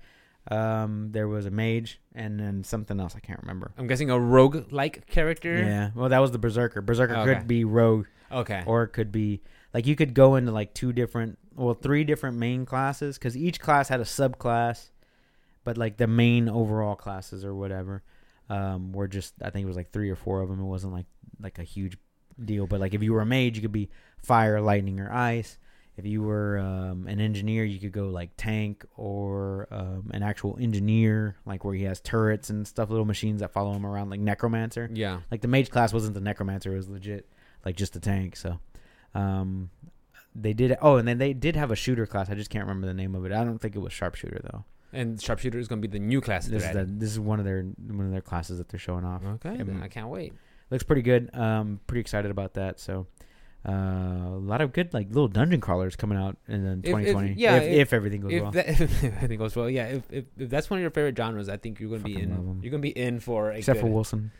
Speaker 1: Um, there was a mage, and then something else I can't remember.
Speaker 2: I'm guessing a rogue-like character.
Speaker 1: Yeah, well, that was the berserker. Berserker
Speaker 2: Okay.
Speaker 1: could be rogue,
Speaker 2: Okay.
Speaker 1: or it could be like you could go into like two different, well, three different main classes because each class had a subclass, but like the main overall classes or whatever um, were just I think it was like three or four of them. It wasn't like like a huge deal, but like if you were a mage, you could be fire, lightning, or ice. If you were um, an engineer, you could go like tank or um, an actual engineer, like where he has turrets and stuff, little machines that follow him around, like necromancer
Speaker 2: yeah.
Speaker 1: like the mage class wasn't the necromancer it was legit like just a tank so um they did oh and then they did have a shooter class i just can't remember the name of it i don't think it was sharpshooter though
Speaker 2: And sharpshooter is going to be the new class.
Speaker 1: this is,
Speaker 2: threat.
Speaker 1: the, this is one of their one of their classes that they're showing off
Speaker 2: okay.
Speaker 1: Um,
Speaker 2: then I can't wait.
Speaker 1: looks pretty good um pretty excited about that so uh, a lot of good like little dungeon crawlers coming out in then
Speaker 2: If- if-
Speaker 1: 2020 if,
Speaker 2: yeah,
Speaker 1: if,
Speaker 2: if-
Speaker 1: everything goes
Speaker 2: If,
Speaker 1: well
Speaker 2: that, if everything goes well, yeah. If, if, if that's one of your favorite genres, I think you're going to be
Speaker 1: Fucking love
Speaker 2: in.
Speaker 1: 'em.
Speaker 2: You're going to be in for a
Speaker 1: except
Speaker 2: good-
Speaker 1: for wilson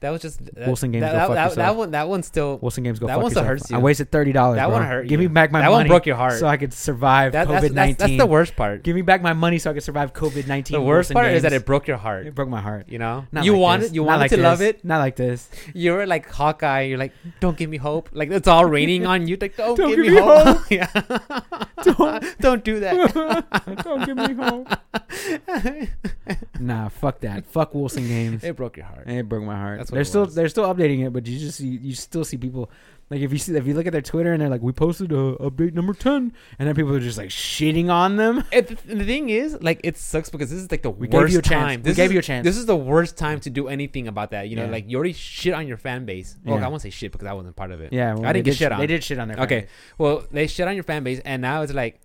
Speaker 2: that was just that,
Speaker 1: Wilson games
Speaker 2: That,
Speaker 1: go
Speaker 2: that,
Speaker 1: fuck
Speaker 2: that,
Speaker 1: yourself.
Speaker 2: that one. That one still.
Speaker 1: Wilson games go
Speaker 2: that
Speaker 1: fuck
Speaker 2: one still
Speaker 1: yourself.
Speaker 2: hurts you.
Speaker 1: I wasted thirty dollars.
Speaker 2: That one
Speaker 1: bro.
Speaker 2: hurt
Speaker 1: Give
Speaker 2: you.
Speaker 1: me back my
Speaker 2: that one
Speaker 1: money
Speaker 2: broke your heart.
Speaker 1: so I could survive
Speaker 2: that, that's,
Speaker 1: COVID
Speaker 2: that's, that's
Speaker 1: nineteen.
Speaker 2: the worst part.
Speaker 1: Give me back my money so I can survive COVID nineteen.
Speaker 2: the worst part is that it broke your heart.
Speaker 1: it broke my heart.
Speaker 2: You know,
Speaker 1: Not
Speaker 2: you
Speaker 1: like
Speaker 2: wanted
Speaker 1: this.
Speaker 2: you
Speaker 1: Not
Speaker 2: wanted
Speaker 1: like
Speaker 2: to love
Speaker 1: this.
Speaker 2: it.
Speaker 1: Not like this.
Speaker 2: You were like Hawkeye. You're like, don't give me hope. Like it's all raining on you. Like don't, give, me hope. yeah, don't don't do that.
Speaker 1: Don't give me hope. nah, fuck that. Fuck Wilson games. It,
Speaker 2: it broke your heart.
Speaker 1: broke my heart.
Speaker 2: That's what
Speaker 1: they're
Speaker 2: it
Speaker 1: still
Speaker 2: was.
Speaker 1: they're still updating it, but you just see, you still see people like if you see if you look at their Twitter and they're like, we posted uh, update number ten, and then people are just like shitting on them.
Speaker 2: And th- the thing is, like, it sucks because this is like the
Speaker 1: We gave
Speaker 2: worst
Speaker 1: you a chance.
Speaker 2: time.
Speaker 1: We
Speaker 2: This
Speaker 1: gave
Speaker 2: is,
Speaker 1: you a chance.
Speaker 2: This is the worst time to do anything about that. You know,
Speaker 1: Yeah.
Speaker 2: like you already shit on your fan base. Well,
Speaker 1: Yeah.
Speaker 2: I won't say shit because I wasn't part of it.
Speaker 1: Yeah, well,
Speaker 2: I
Speaker 1: they
Speaker 2: didn't get
Speaker 1: did
Speaker 2: shit
Speaker 1: sh-
Speaker 2: on.
Speaker 1: They did shit on their.
Speaker 2: Okay.
Speaker 1: fan
Speaker 2: Well, they shit on your fan base, and now it's like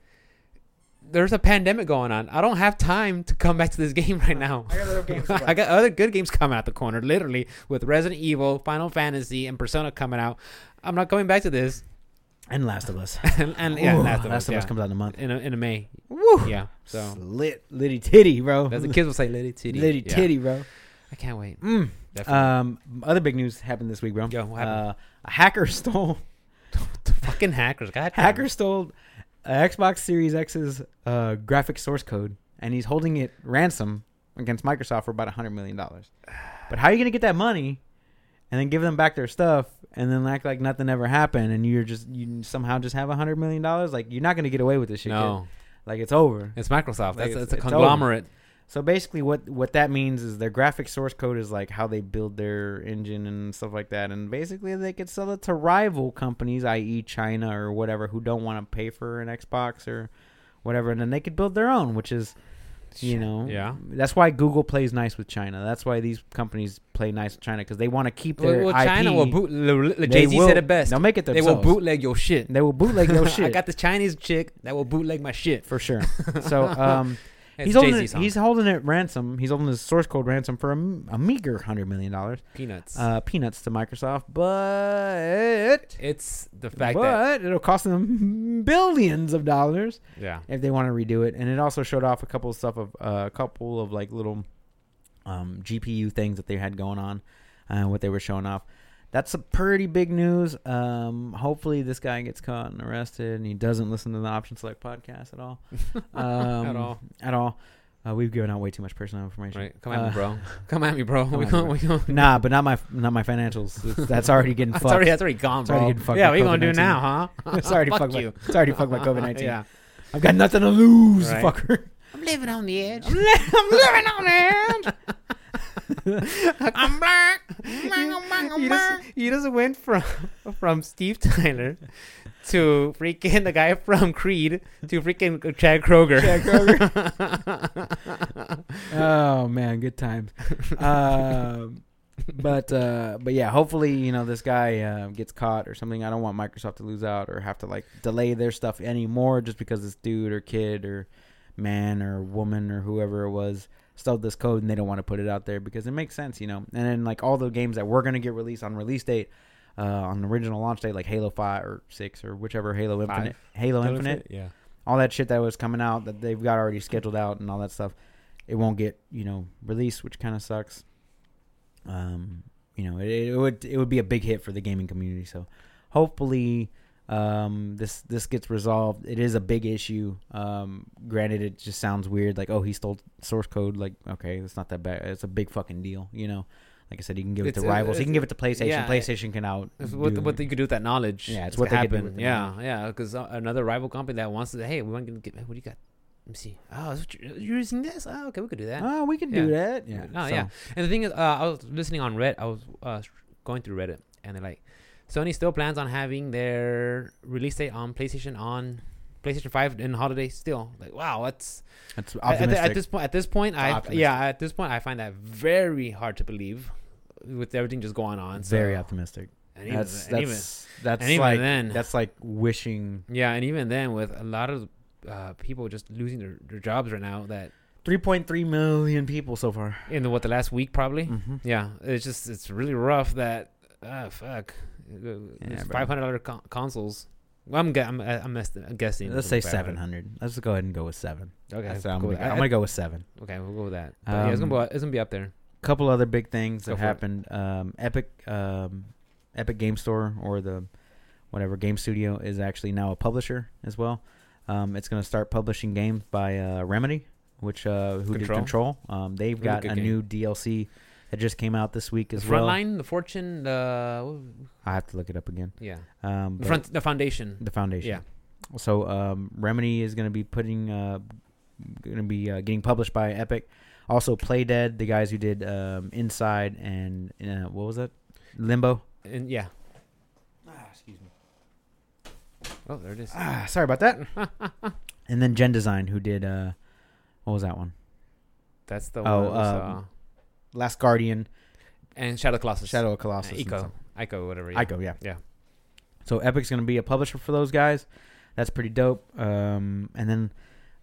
Speaker 2: there's a pandemic going on. I don't have time to come back to this game right now.
Speaker 1: base. I got little games. to
Speaker 2: I
Speaker 1: play.
Speaker 2: got other good games coming out the corner, literally, with Resident Evil, Final Fantasy, and Persona coming out. I'm not coming back to this.
Speaker 1: and Last of Us.
Speaker 2: and, and yeah,
Speaker 1: Ooh,
Speaker 2: Last of Us, yeah.
Speaker 1: comes out in a month.
Speaker 2: in a, in a May.
Speaker 1: Woo.
Speaker 2: Yeah. So
Speaker 1: Lit, litty titty, bro.
Speaker 2: that's the kids will say litty titty.
Speaker 1: Litty
Speaker 2: Yeah.
Speaker 1: titty, bro.
Speaker 2: I can't wait.
Speaker 1: Mm.
Speaker 2: Definitely.
Speaker 1: Um, other big news happened this week, bro.
Speaker 2: Yo, what happened?
Speaker 1: Uh, a hacker stole
Speaker 2: Fucking hackers. God damn.
Speaker 1: hacker stole uh, Xbox Series X's uh, graphic source code, and he's holding it ransom against Microsoft for about a hundred million dollars. But how are you gonna get that money, and then give them back their stuff, and then act like nothing ever happened, and you're just you somehow just have a hundred million dollars? Like you're not gonna get away with this shit.
Speaker 2: No,
Speaker 1: kid. like it's over.
Speaker 2: it's Microsoft.
Speaker 1: Like,
Speaker 2: That's
Speaker 1: it's-
Speaker 2: it's, a
Speaker 1: it's over.
Speaker 2: conglomerate.
Speaker 1: So basically, what what that means is their graphic source code is like how they build their engine and stuff like that, and basically they could sell it to rival companies, i.e., China or whatever, who don't want to pay for an Xbox or whatever, and then they could build their own, which is you know
Speaker 2: Yeah.
Speaker 1: that's why Google plays nice with China. That's why these companies play nice with China because they want to keep their
Speaker 2: Well, well,
Speaker 1: IP.
Speaker 2: China will boot.
Speaker 1: They
Speaker 2: Jay Z
Speaker 1: will-
Speaker 2: said it best.
Speaker 1: They'll make it
Speaker 2: They
Speaker 1: themselves.
Speaker 2: will bootleg your shit.
Speaker 1: They will bootleg your
Speaker 2: I
Speaker 1: shit
Speaker 2: got this Chinese chick that will bootleg my shit.
Speaker 1: for sure. So um.
Speaker 2: It's
Speaker 1: he's holding,
Speaker 2: Jay-Z
Speaker 1: it,
Speaker 2: song.
Speaker 1: he's holding it ransom. He's holding his source code ransom for a, m- a meager hundred million dollars,
Speaker 2: peanuts.
Speaker 1: uh, peanuts to Microsoft, but
Speaker 2: it's the fact
Speaker 1: but
Speaker 2: that
Speaker 1: it'll cost them billions of dollars
Speaker 2: yeah,
Speaker 1: if they want to redo it. And it also showed off a couple of stuff of uh, a couple of like little um, GPU things that they had going on and what they were showing off. That's a pretty big news. Um, hopefully, this guy gets caught and arrested, and he doesn't listen to the Option Select podcast at all. Um,
Speaker 2: at all.
Speaker 1: At all. Uh, we've given out way too much personal information.
Speaker 2: Right? Come at
Speaker 1: Uh,
Speaker 2: me, bro. Come at me, bro.
Speaker 1: come
Speaker 2: We
Speaker 1: at me,
Speaker 2: going we going
Speaker 1: Nah, but not my not my financials. It's- That's already getting
Speaker 2: That's
Speaker 1: fucked.
Speaker 2: already that's already gone,
Speaker 1: It's already
Speaker 2: bro.
Speaker 1: getting fucked
Speaker 2: yeah,
Speaker 1: with
Speaker 2: what you gonna do
Speaker 1: COVID-19.
Speaker 2: now, huh?
Speaker 1: it's already
Speaker 2: Fuck
Speaker 1: fucked.
Speaker 2: you.
Speaker 1: My, it's already fucked by COVID nineteen.
Speaker 2: yeah,
Speaker 1: I've got nothing to lose,
Speaker 2: Right.
Speaker 1: fucker.
Speaker 2: I'm living on the edge.
Speaker 1: I'm, li- I'm living on it.
Speaker 2: I'm black. You just, you just went from from Steve Tyler to freaking the guy from Creed to freaking Chad Kroger.
Speaker 1: Jack Kroger. oh man, good times. Um, but uh, but yeah, hopefully you know this guy uh, gets caught or something. I don't want Microsoft to lose out or have to like delay their stuff anymore just because this dude or kid or man or woman or whoever it was stole this code and they don't want to put it out there because it makes sense, you know. And then like all the games that were gonna get released on release date. Uh, on the original launch date, like Halo Five or Six or whichever Halo
Speaker 2: Five.
Speaker 1: Infinite, Halo Infinite,
Speaker 2: Yeah.
Speaker 1: all that shit that was coming out that they've got already scheduled out and all that stuff, it won't get you know released, which kind of sucks. Um, you know, it, it would it would be a big hit for the gaming community. So hopefully, um, this this gets resolved. It is a big issue. Um, granted, it just sounds weird, like oh he stole source code. Like okay, it's not that bad. It's a big fucking deal, you know. Like I said, he can give it
Speaker 2: It's-
Speaker 1: to
Speaker 2: uh,
Speaker 1: rivals. He
Speaker 2: it's-
Speaker 1: can give it to PlayStation.
Speaker 2: yeah,
Speaker 1: PlayStation can out.
Speaker 2: It's what,
Speaker 1: do-
Speaker 2: what you could do with that knowledge.
Speaker 1: Yeah, it's
Speaker 2: is
Speaker 1: what they
Speaker 2: gonna
Speaker 1: could do
Speaker 2: happen.
Speaker 1: with the
Speaker 2: yeah,
Speaker 1: knowledge.
Speaker 2: yeah. Because another rival company that wants to, hey, we want to get. What do you got? Let me see. Oh, is what you're, you're using this. Oh, okay, we could do that.
Speaker 1: oh, we can do that. Yeah.
Speaker 2: No,
Speaker 1: so-
Speaker 2: yeah. And the thing is, uh, I was listening on Reddit. I was uh, going through Reddit, and they're like, Sony still plans on having their release date on PlayStation on PlayStation Five in holiday. Still, like, wow, that's
Speaker 1: That's
Speaker 2: at- at,
Speaker 1: optimistic.
Speaker 2: at this point. At this point,
Speaker 1: It's
Speaker 2: I
Speaker 1: optimistic.
Speaker 2: yeah, at this point, I find that very hard to believe with everything just going on. So,
Speaker 1: Very optimistic.
Speaker 2: And even,
Speaker 1: That's
Speaker 2: and even-
Speaker 1: that's that's
Speaker 2: and even
Speaker 1: like
Speaker 2: then-
Speaker 1: that's like wishing.
Speaker 2: yeah, and even then, with a lot of uh, people just losing their, their jobs right now, that
Speaker 1: 3.3 million people so far.
Speaker 2: in the, what the last week probably.
Speaker 1: Mm-hmm.
Speaker 2: Yeah, it's just it's really rough that ah fuck,
Speaker 1: Yeah, bro.
Speaker 2: five hundred dollar con- consoles. Well, I'm gu- I'm I'm, guess- I'm guessing.
Speaker 1: Let's say
Speaker 2: it'll be 500.
Speaker 1: 700. Let's go ahead and go with seven.
Speaker 2: Okay,
Speaker 1: That's- I'm,
Speaker 2: cool.
Speaker 1: gonna,
Speaker 2: I-
Speaker 1: I'm gonna go with seven.
Speaker 2: okay, we'll go with that. But yeah, it's gonna
Speaker 1: Um,
Speaker 2: be it's gonna be up there.
Speaker 1: couple other big things
Speaker 2: Go
Speaker 1: that
Speaker 2: for it.
Speaker 1: happened. Um, Epic, um, Epic Game Store or the whatever game studio is actually now a publisher as well. Um, it's going to start publishing games by uh, Remedy, which uh, who did
Speaker 2: Control.
Speaker 1: Control. Um, they've
Speaker 2: Really
Speaker 1: got a
Speaker 2: good
Speaker 1: new DLC that just came out this week
Speaker 2: The
Speaker 1: as
Speaker 2: front
Speaker 1: well.
Speaker 2: line, the fortune, the
Speaker 1: I have to look it up again.
Speaker 2: yeah,
Speaker 1: Um,
Speaker 2: the
Speaker 1: but-
Speaker 2: front, the foundation.
Speaker 1: the foundation.
Speaker 2: Yeah,
Speaker 1: So um, Remedy is going to be putting, uh, going to be uh, getting published by Epic. Also, Playdead, the guys who did um, Inside and uh, what was that? Limbo.
Speaker 2: and yeah.
Speaker 1: excuse me.
Speaker 2: Oh, there it is.
Speaker 1: Ah, sorry about that. and then Gen Design, who did uh, what was that one?
Speaker 2: That's the
Speaker 1: oh,
Speaker 2: one. that was,
Speaker 1: um,
Speaker 2: uh,
Speaker 1: Last Guardian,
Speaker 2: and Shadow Colossus,
Speaker 1: Shadow of
Speaker 2: Uh,
Speaker 1: Colossus, and
Speaker 2: Ico,
Speaker 1: some-
Speaker 2: Ico, whatever. Yeah.
Speaker 1: Ico, yeah,
Speaker 2: Yeah.
Speaker 1: So Epic's going to be a publisher for those guys. That's pretty dope. Um, and then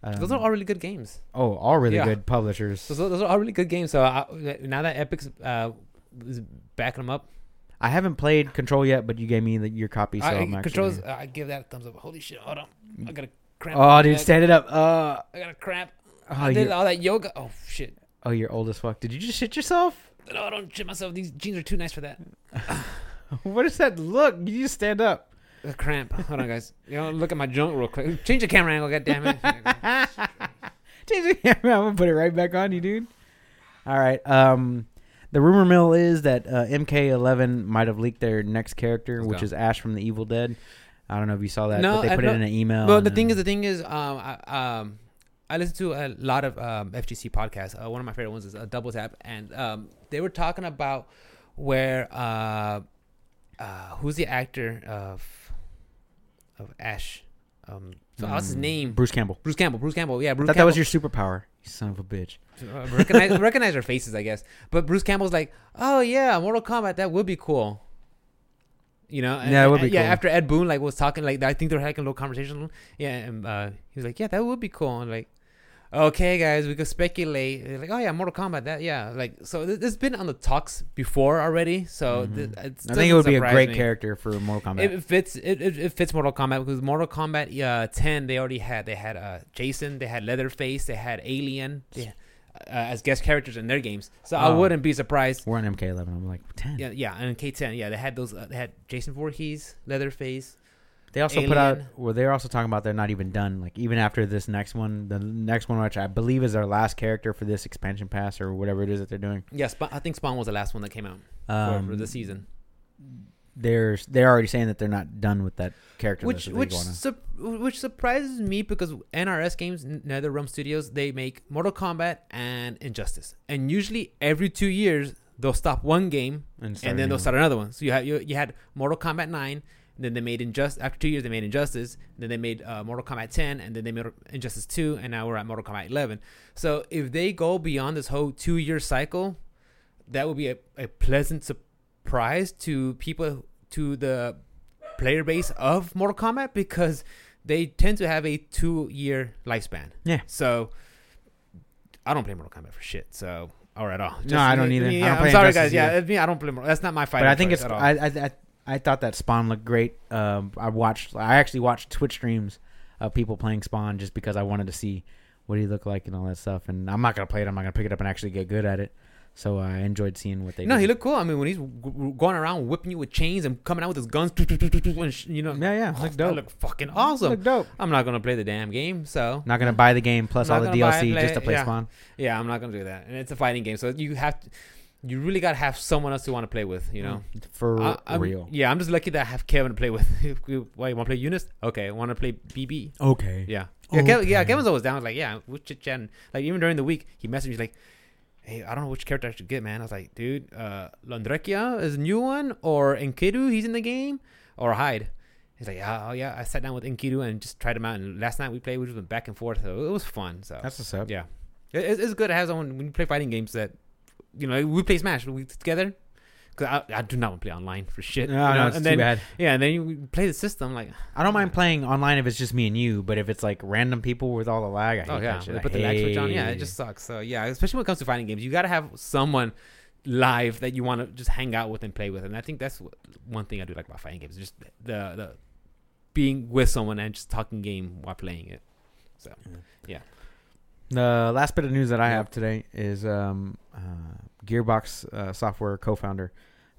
Speaker 1: um,
Speaker 2: Those are all really good games.
Speaker 1: oh, all really
Speaker 2: Yeah.
Speaker 1: good publishers.
Speaker 2: So, so those are all really good games. So I, now that Epic's uh, is backing them up,
Speaker 1: I haven't played Control yet, but you gave me the, your copy, so I,
Speaker 2: I,
Speaker 1: am actually.
Speaker 2: controls. I give that a thumbs up. Holy shit! Hold on, I got a cramp.
Speaker 1: oh,
Speaker 2: in my
Speaker 1: dude,
Speaker 2: leg.
Speaker 1: stand it up. Uh,
Speaker 2: I got a cramp.
Speaker 1: oh,
Speaker 2: I did
Speaker 1: you're,
Speaker 2: all that yoga. Oh shit!
Speaker 1: oh, you're old as fuck. Did you just shit yourself?
Speaker 2: No, I don't shit myself. These jeans are too nice for that.
Speaker 1: what does that look? You just stand up.
Speaker 2: A cramp. Hold on, guys. You know, look at my junk real quick. Change the camera angle. God damn it!
Speaker 1: Change the camera. I'm gonna put it right back on you, dude. All right. Um, the rumor mill is that uh, MK11 might have leaked their next character,
Speaker 2: Let's
Speaker 1: which
Speaker 2: go.
Speaker 1: is Ash from the Evil Dead. I don't know if you saw that,
Speaker 2: No,
Speaker 1: but they
Speaker 2: I
Speaker 1: put it
Speaker 2: don't-
Speaker 1: in an email.
Speaker 2: well,
Speaker 1: and
Speaker 2: the thing
Speaker 1: then-
Speaker 2: is, the thing is, um, I, um, I listen to a lot of um, FGC podcasts. Uh, one of my favorite ones is uh, Double Tap, and um, they were talking about where uh, uh, who's the actor of of Ash. Um, so what's his
Speaker 1: Mm,
Speaker 2: name?
Speaker 1: Bruce Campbell.
Speaker 2: Bruce Campbell. Bruce Campbell. Yeah,
Speaker 1: I
Speaker 2: Bruce
Speaker 1: thought that
Speaker 2: Campbell.
Speaker 1: was your superpower. You son of a bitch.
Speaker 2: Uh, recognize recognize their faces, I guess. But Bruce Campbell's like, oh yeah, Mortal Kombat, that would be cool. You know, and-
Speaker 1: Yeah, it would be
Speaker 2: and- yeah.
Speaker 1: cool.
Speaker 2: After Ed Boon like was talking, like I think they were having a little conversation. Yeah, and uh, he was like, yeah, that would be cool. And like, okay, guys, we could speculate. They're like, oh yeah, Mortal Kombat, that yeah. Like, so th- it's been on the talks before already. So
Speaker 1: Mhm.
Speaker 2: th- it's,
Speaker 1: I think it would be a great character for Mortal Kombat.
Speaker 2: It it fits. It, it, it fits Mortal Kombat because Mortal Kombat uh, ten they already had. They had uh, Jason. They had Leatherface. They had Alien they, uh, as guest characters in their games. So I
Speaker 1: Oh.
Speaker 2: wouldn't be surprised.
Speaker 1: We're on MK11. I'm like ten.
Speaker 2: Yeah, yeah, and K ten. Yeah, they had those. Uh, they had Jason Voorhees, Leatherface.
Speaker 1: They also put out.
Speaker 2: Alien.
Speaker 1: Well, they're also talking about they're not even done. Like even after this next one, the next one, which I believe is their last character for this expansion pass or whatever it is that they're doing.
Speaker 2: Yeah, Spa- I think Spawn was the last one that came out
Speaker 1: Um,
Speaker 2: for, for the season.
Speaker 1: They're they're already saying that they're not done with that character.
Speaker 2: Which
Speaker 1: Which
Speaker 2: which sup which surprises me because NRS Games, NetherRealm Studios, they make Mortal Kombat and Injustice, and usually every two years they'll stop one game and then they'll start another one. So you had you, you had Mortal Kombat nine, and then they made Injustice. After two years, they made Injustice. Then they made uh, Mortal Kombat ten, and then they made Injustice two, and now we're at Mortal Kombat eleven. So if they go beyond this whole two year cycle, that would be a, a pleasant surprise to people to the player base of Mortal Kombat because they tend to have a two year lifespan.
Speaker 1: Yeah.
Speaker 2: So I don't play Mortal Kombat for shit. So. Or at all.
Speaker 1: No, I don't either. I
Speaker 2: Yeah,
Speaker 1: don't
Speaker 2: I'm
Speaker 1: play
Speaker 2: sorry,
Speaker 1: Injustice
Speaker 2: guys. Yeah,
Speaker 1: either.
Speaker 2: I mean, I don't play. Mortal. That's not my fight.
Speaker 1: But I think it's. I, I I I thought that Spawn looked great. Um, I watched. I actually watched Twitch streams of people playing Spawn just because I wanted to see what he looked like and all that stuff. And I'm not gonna play it. I'm not gonna pick it up and actually get good at it. So I enjoyed seeing what they.
Speaker 2: No,
Speaker 1: did.
Speaker 2: he looked cool. I mean, when he's w- w- going around whipping you with chains and coming out with his guns, and sh- you know, oh,
Speaker 1: Yeah, yeah, looked
Speaker 2: that
Speaker 1: dope.
Speaker 2: looked fucking awesome.
Speaker 1: Looked dope.
Speaker 2: I'm not gonna play the damn game, so
Speaker 1: Not gonna buy the game plus
Speaker 2: Not
Speaker 1: all the
Speaker 2: gonna buy it,
Speaker 1: DLC
Speaker 2: play
Speaker 1: just to
Speaker 2: it,
Speaker 1: play
Speaker 2: yeah.
Speaker 1: Spawn.
Speaker 2: yeah, I'm not gonna do that. And it's a fighting game, so you have to, you really gotta have someone else to want to play with, you know.
Speaker 1: for
Speaker 2: Mm-hmm. I- I'm-
Speaker 1: real.
Speaker 2: Yeah, I'm just lucky that I have Kevin to play with. Why you want to play Eunice? Okay, want to play BB?
Speaker 1: Okay.
Speaker 2: Yeah, yeah, Kev- yeah.
Speaker 1: Okay.
Speaker 2: Kevin's always down. Like, yeah, we'll chit chat. Like even during the week, he messaged me like, "Hey, I don't know which character I should get, man." I was like, "Dude, uh, Landrekia is a new one, or Enkidu, he's in the game, or Hyde." He's like, "Yeah, "Oh yeah, I sat down with Enkidu and just tried him out." And last night we played, we just went back and forth. So it was fun. So
Speaker 1: That's what's up.
Speaker 2: yeah, it, it's- it's good to have someone when you play fighting games that you know we play Smash we together. Cause I, I do not want to play online for shit.
Speaker 1: No,
Speaker 2: you know?
Speaker 1: no, it's
Speaker 2: and
Speaker 1: too
Speaker 2: then
Speaker 1: bad.
Speaker 2: yeah, and then you play the system like
Speaker 1: I don't mind playing online if it's just me and you, but if it's like random people with all the lag, I hate
Speaker 2: oh yeah,
Speaker 1: that shit.
Speaker 2: they
Speaker 1: I
Speaker 2: put the lag switch on. Yeah,
Speaker 1: hate
Speaker 2: it just sucks. So yeah, especially when it comes to fighting games, you got to have someone live that you want to just hang out with and play with. And I think that's what, one thing I do like about fighting games, just the the being with someone and just talking game while playing it. So
Speaker 1: The last bit of news that I
Speaker 2: Yeah.
Speaker 1: have today is um, uh, Gearbox uh, Software co-founder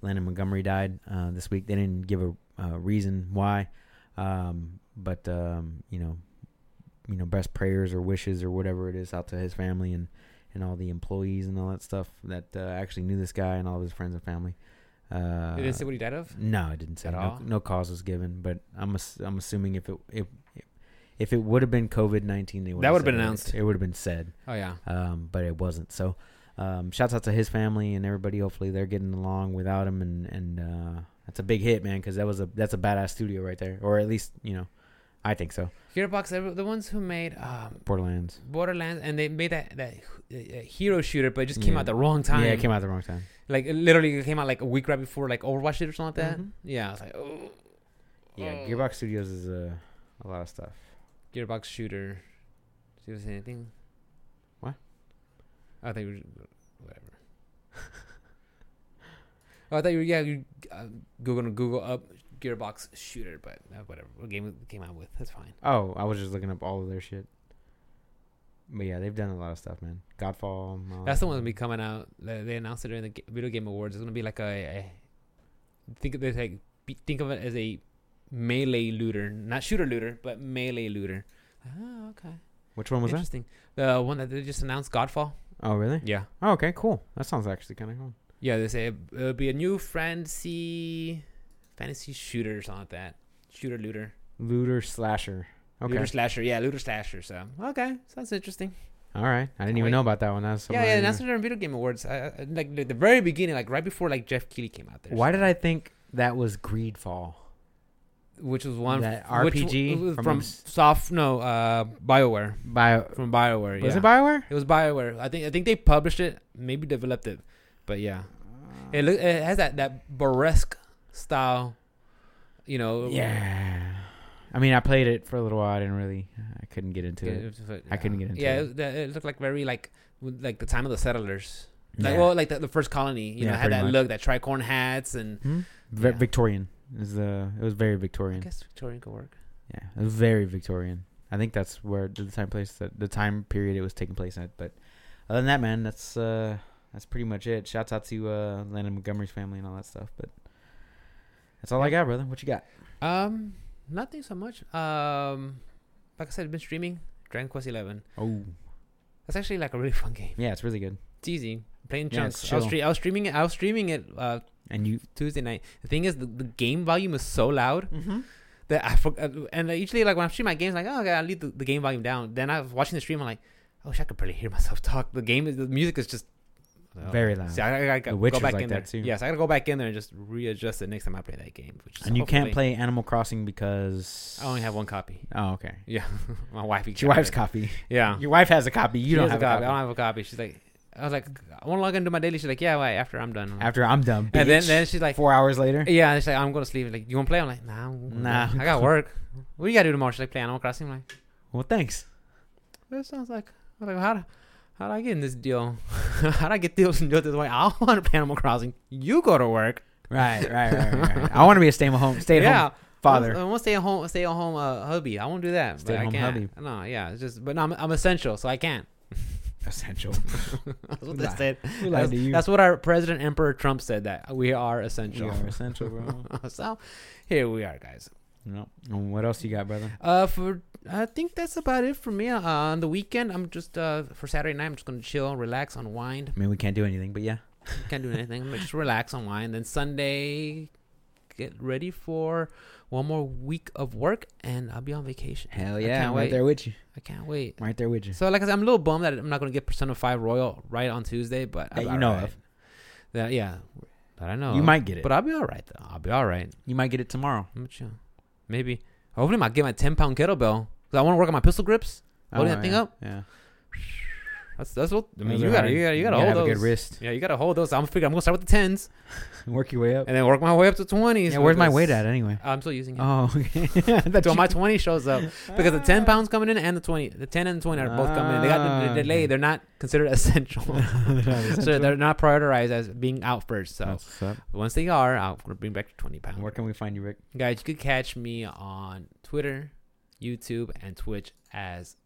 Speaker 1: Landon Montgomery died uh, this week. They didn't give a uh, reason why, um, but um, you know, you know, best prayers or wishes or whatever it is out to his family and and all the employees and all that stuff that uh, actually knew this guy and all of his friends and family. Uh,
Speaker 2: they didn't say what he died of.
Speaker 1: no, it didn't say
Speaker 2: At
Speaker 1: no,
Speaker 2: all?
Speaker 1: no cause was given, but I'm ass- I'm assuming if it if if it would have been COVID nineteen, they would
Speaker 2: That would've been announced.
Speaker 1: It, would have been said,
Speaker 2: Oh yeah,
Speaker 1: um, but it wasn't. So, um, shouts out to his family and everybody. Hopefully, they're getting along without him, and and uh, that's a big hit, man, because that was a that's a badass studio right there, or at least you know, I think so.
Speaker 2: Gearbox, they were the ones who made um,
Speaker 1: Borderlands.
Speaker 2: Borderlands, and they made that that uh, hero shooter, but it just came
Speaker 1: Yeah.
Speaker 2: out the wrong time.
Speaker 1: Yeah, it came out at the wrong time.
Speaker 2: like it literally came out like a week right before like Overwatch did or something like that.
Speaker 1: Mhm.
Speaker 2: Yeah, I was like, oh.
Speaker 1: Yeah,
Speaker 2: Oh.
Speaker 1: Gearbox Studios is a a lot of stuff.
Speaker 2: Gearbox shooter. Did you say anything?
Speaker 1: What?
Speaker 2: I think we were, whatever. oh, I thought you were yeah you uh, Google Google up Gearbox shooter, but uh, whatever what game it came out with that's fine.
Speaker 1: Oh, I was just looking up all of their shit. But yeah, they've done a lot of stuff, man. Godfall. and all
Speaker 2: That's
Speaker 1: that.
Speaker 2: the one that'll be coming out. Like, They announced it during the Ga- video game awards. It's gonna be like a, a think of it like be- think of it as a melee looter, not shooter looter, but melee looter. Oh, okay.
Speaker 1: Which one was that?
Speaker 2: Interesting. The one that they just announced, Godfall.
Speaker 1: Oh, really?
Speaker 2: Yeah.
Speaker 1: Oh, okay, cool. That sounds actually kind of cool.
Speaker 2: Yeah, they say it'll be a new fantasy fantasy shooter or something like that. Shooter looter.
Speaker 1: Looter slasher. Okay.
Speaker 2: Looter slasher. Yeah, looter slasher. So okay, sounds interesting.
Speaker 1: All right. I didn't
Speaker 2: Wait.
Speaker 1: even know about that one. That's
Speaker 2: yeah, yeah. That's during video game awards. I, I, like the, the very beginning, like right before like Jeff Keighley came out there.
Speaker 1: Why did I think that was Greedfall?
Speaker 2: Which was one
Speaker 1: that
Speaker 2: which w-
Speaker 1: RPG
Speaker 2: it was
Speaker 1: from
Speaker 2: from,
Speaker 1: s-
Speaker 2: Soft? No, uh, Bioware.
Speaker 1: Bio
Speaker 2: From Bioware.
Speaker 1: was
Speaker 2: yeah.
Speaker 1: it Bioware?
Speaker 2: It was Bioware. I think I think they published it, maybe developed it, but yeah, it look, it has that that burlesque style, you know.
Speaker 1: Yeah. I mean, I played it for a little while. I didn't really. I couldn't get into it. I couldn't get into
Speaker 2: yeah,
Speaker 1: it.
Speaker 2: was- that- it looked like very like with, like the time of the settlers, like
Speaker 1: Yeah.
Speaker 2: well, like the, the first colony. You
Speaker 1: Yeah,
Speaker 2: know, had
Speaker 1: pretty
Speaker 2: that
Speaker 1: much.
Speaker 2: look, that tricorn hats, and
Speaker 1: Hmm? Ve-
Speaker 2: yeah.
Speaker 1: Victorian is the. It was very
Speaker 2: I
Speaker 1: Victorian.
Speaker 2: guess Victorian could work.
Speaker 1: Yeah, it was very Victorian. I think that's where the time place that the time period it was taking place at. But other than that, man, that's uh that's pretty much it. Shouts out to uh Landon Montgomery's family and all that stuff. But that's all I got, brother. What you got?
Speaker 2: Um, nothing so much. Um, like I said, I've been streaming Dragon Quest Eleven.
Speaker 1: Oh,
Speaker 2: That's actually like a really fun game.
Speaker 1: yeah, it's really good.
Speaker 2: It's easy. Playing
Speaker 1: Yeah,
Speaker 2: chunks.
Speaker 1: it's
Speaker 2: I, was
Speaker 1: chill.
Speaker 2: stre- I was streaming it. I was streaming it uh,
Speaker 1: And you,
Speaker 2: Tuesday night. The thing is, the, the game volume is so loud
Speaker 1: mm-hmm.
Speaker 2: that I forgot. And uh, usually, like when I stream my games, like oh, okay, I leave the, the game volume down. Then I was watching the stream. I'm like, I wish I could barely hear myself talk. The game is the music is just oh.
Speaker 1: Very loud.
Speaker 2: See, I, I, I gotta
Speaker 1: Witch
Speaker 2: go
Speaker 1: was
Speaker 2: back
Speaker 1: like
Speaker 2: in there.
Speaker 1: that too.
Speaker 2: Yes, I gotta go back in there and just readjust it next time I play that game. Which is
Speaker 1: and you can't play
Speaker 2: hopefully-
Speaker 1: Animal Crossing because
Speaker 2: I only have one copy.
Speaker 1: Oh, okay.
Speaker 2: Yeah, my wife.
Speaker 1: It's your wife's copy.
Speaker 2: Yeah,
Speaker 1: Your wife has a copy. You
Speaker 2: Oh. She
Speaker 1: don't
Speaker 2: has
Speaker 1: have
Speaker 2: a
Speaker 1: a
Speaker 2: copy.
Speaker 1: copy.
Speaker 2: I don't have a copy. She's like, I was like, I want to log into my daily. She's like, yeah, wait, after I'm done. I'm like,
Speaker 1: After I'm done,
Speaker 2: Oh. and then
Speaker 1: bitch.
Speaker 2: then she's like,
Speaker 1: four hours later.
Speaker 2: Yeah, and she's like, I'm gonna sleep. Like, you wanna play? I'm like, nah, I'm gonna-
Speaker 1: Nah.
Speaker 2: I got work. What do you gotta do tomorrow? She's like, play Animal Crossing. I'm like,
Speaker 1: Well, thanks.
Speaker 2: that sounds like, I'm like, how do, how do I get in this deal? how do I get deals and do it this way? I want to play Animal Crossing. You go to work.
Speaker 1: Right, right, right, right. right. I want to be a stay at home, stay at
Speaker 2: yeah, Uh,
Speaker 1: home Father.
Speaker 2: I won't stay at home. Stay at home, uh, hubby. I won't do that.
Speaker 1: Stay
Speaker 2: but
Speaker 1: at home
Speaker 2: I can't.
Speaker 1: hubby.
Speaker 2: No, yeah, it's just. But no, I'm, I'm essential, so I can't.
Speaker 1: Essential.
Speaker 2: That's what
Speaker 1: We
Speaker 2: they
Speaker 1: lied.
Speaker 2: said.
Speaker 1: We lied
Speaker 2: That's,
Speaker 1: to you.
Speaker 2: that's what our president, Emperor Trump said that we are
Speaker 1: You
Speaker 2: essential.
Speaker 1: are essential, bro.
Speaker 2: so here we are, guys.
Speaker 1: no. And what else you got, brother?
Speaker 2: Uh, for I think that's about it for me. Uh, on the weekend, I'm just uh for Saturday night, I'm just gonna chill, relax, unwind.
Speaker 1: I mean, we can't do anything, but yeah.
Speaker 2: Can't do anything. I'm just relax, unwind. Then Sunday, get ready for one more week of work, and I'll be on vacation.
Speaker 1: Hell
Speaker 2: I
Speaker 1: yeah,
Speaker 2: can't
Speaker 1: I'm
Speaker 2: wait.
Speaker 1: right there with you.
Speaker 2: I can't wait.
Speaker 1: I'm right there with you.
Speaker 2: So like I said, I'm a little bummed that I'm not gonna get Persona Five Royal right on Tuesday, but
Speaker 1: That
Speaker 2: I'll be
Speaker 1: you know
Speaker 2: alright.
Speaker 1: of.
Speaker 2: That yeah, that I know.
Speaker 1: You
Speaker 2: of.
Speaker 1: might get it.
Speaker 2: but I'll be all right though. I'll be all right.
Speaker 1: you might get it tomorrow.
Speaker 2: I'm chill. Maybe hopefully I might get my 10 pound kettlebell because I want to work on my pistol grips. Holding that thing
Speaker 1: Oh, yeah.
Speaker 2: up?
Speaker 1: Yeah.
Speaker 2: That's that's what I mean.
Speaker 1: Those
Speaker 2: You
Speaker 1: are
Speaker 2: gotta,
Speaker 1: hard.
Speaker 2: you gotta you gotta
Speaker 1: gotta
Speaker 2: hold
Speaker 1: have
Speaker 2: those.
Speaker 1: a good wrist.
Speaker 2: Yeah, you gotta hold those. I'm figure. I'm gonna start with the tens
Speaker 1: Work your way up.
Speaker 2: and then work my way up to twenties.
Speaker 1: Yeah, where's my weight at anyway?
Speaker 2: I'm still using it.
Speaker 1: Oh, okay. That
Speaker 2: so
Speaker 1: you-
Speaker 2: my 20 shows up because the 10 pounds coming in and the 20 the 10 and the 20 are both coming in they got the,
Speaker 1: Ah,
Speaker 2: the delay
Speaker 1: okay.
Speaker 2: they're not considered essential so they're not prioritized as being out first so
Speaker 1: That's what's up.
Speaker 2: once they are i'll bring back to 20 pounds
Speaker 1: Where can we find you, Rick?
Speaker 2: guys you could catch me on twitter youtube and twitch as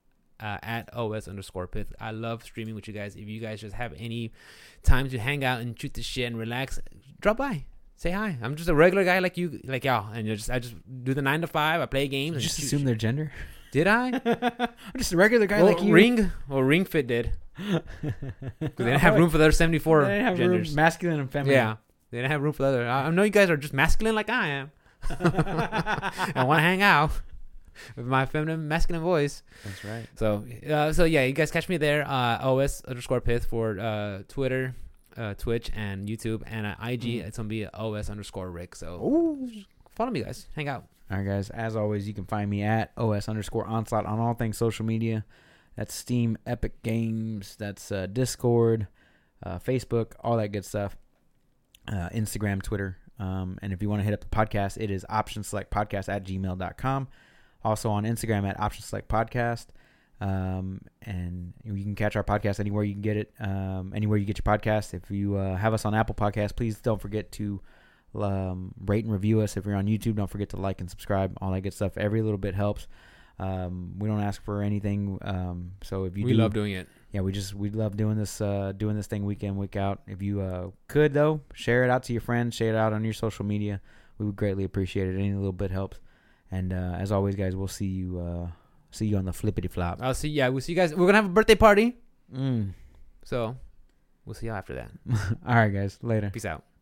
Speaker 2: uh, at os underscore pith i love streaming with you guys if you guys just have any time to hang out and shoot the shit and relax drop by say hi i'm just a regular guy like you like y'all and you just i just do the nine to five i play games
Speaker 1: You
Speaker 2: and
Speaker 1: just
Speaker 2: shoot
Speaker 1: assume their gender.
Speaker 2: shit. did i
Speaker 1: I'm just a regular guy
Speaker 2: well,
Speaker 1: like you.
Speaker 2: ring well ring fit did 'Cause they didn't have room for the other 74
Speaker 1: Oh, They didn't have room-
Speaker 2: genders
Speaker 1: masculine and feminine.
Speaker 2: yeah they didn't have room for the other i I know you guys are just masculine like i am i want to hang out with my feminine masculine voice
Speaker 1: That's right.
Speaker 2: so uh, so yeah you guys catch me there uh os underscore pith for uh twitter uh twitch and youtube and uh, ig
Speaker 1: Mm.
Speaker 2: it's gonna be os underscore rick so
Speaker 1: Ooh.
Speaker 2: follow me guys hang out
Speaker 1: All right, guys. As always, you can find me at os underscore onslaught on all things social media. That's Steam, Epic Games, that's uh, Discord, uh, Facebook, all that good stuff. Uh, Instagram, Twitter. Um, and if you want to hit up the podcast, it is option select podcast at gmail.com. Also on Instagram at option select podcast. Um, and you can catch our podcast anywhere you can get it, um, anywhere you get your podcast. If you uh, have us on Apple Podcasts, please don't forget to um, rate and review us. If you're on YouTube, don't forget to like and subscribe. All that good stuff. Every little bit helps. Um, we don't ask for anything. Um, so if you
Speaker 2: we
Speaker 1: do,
Speaker 2: love doing it
Speaker 1: yeah, we just we love doing this uh, doing this thing week in week out. If you uh, could though, share it out to your friends, share it out on your social media. We would greatly appreciate it. Any little bit helps. And uh, as always, guys, we'll see you uh, see you on the flippity flop.
Speaker 2: i'll see yeah we'll see you guys we're gonna have a birthday party
Speaker 1: Mm.
Speaker 2: so we'll see you after that
Speaker 1: All right, guys, later.
Speaker 2: peace out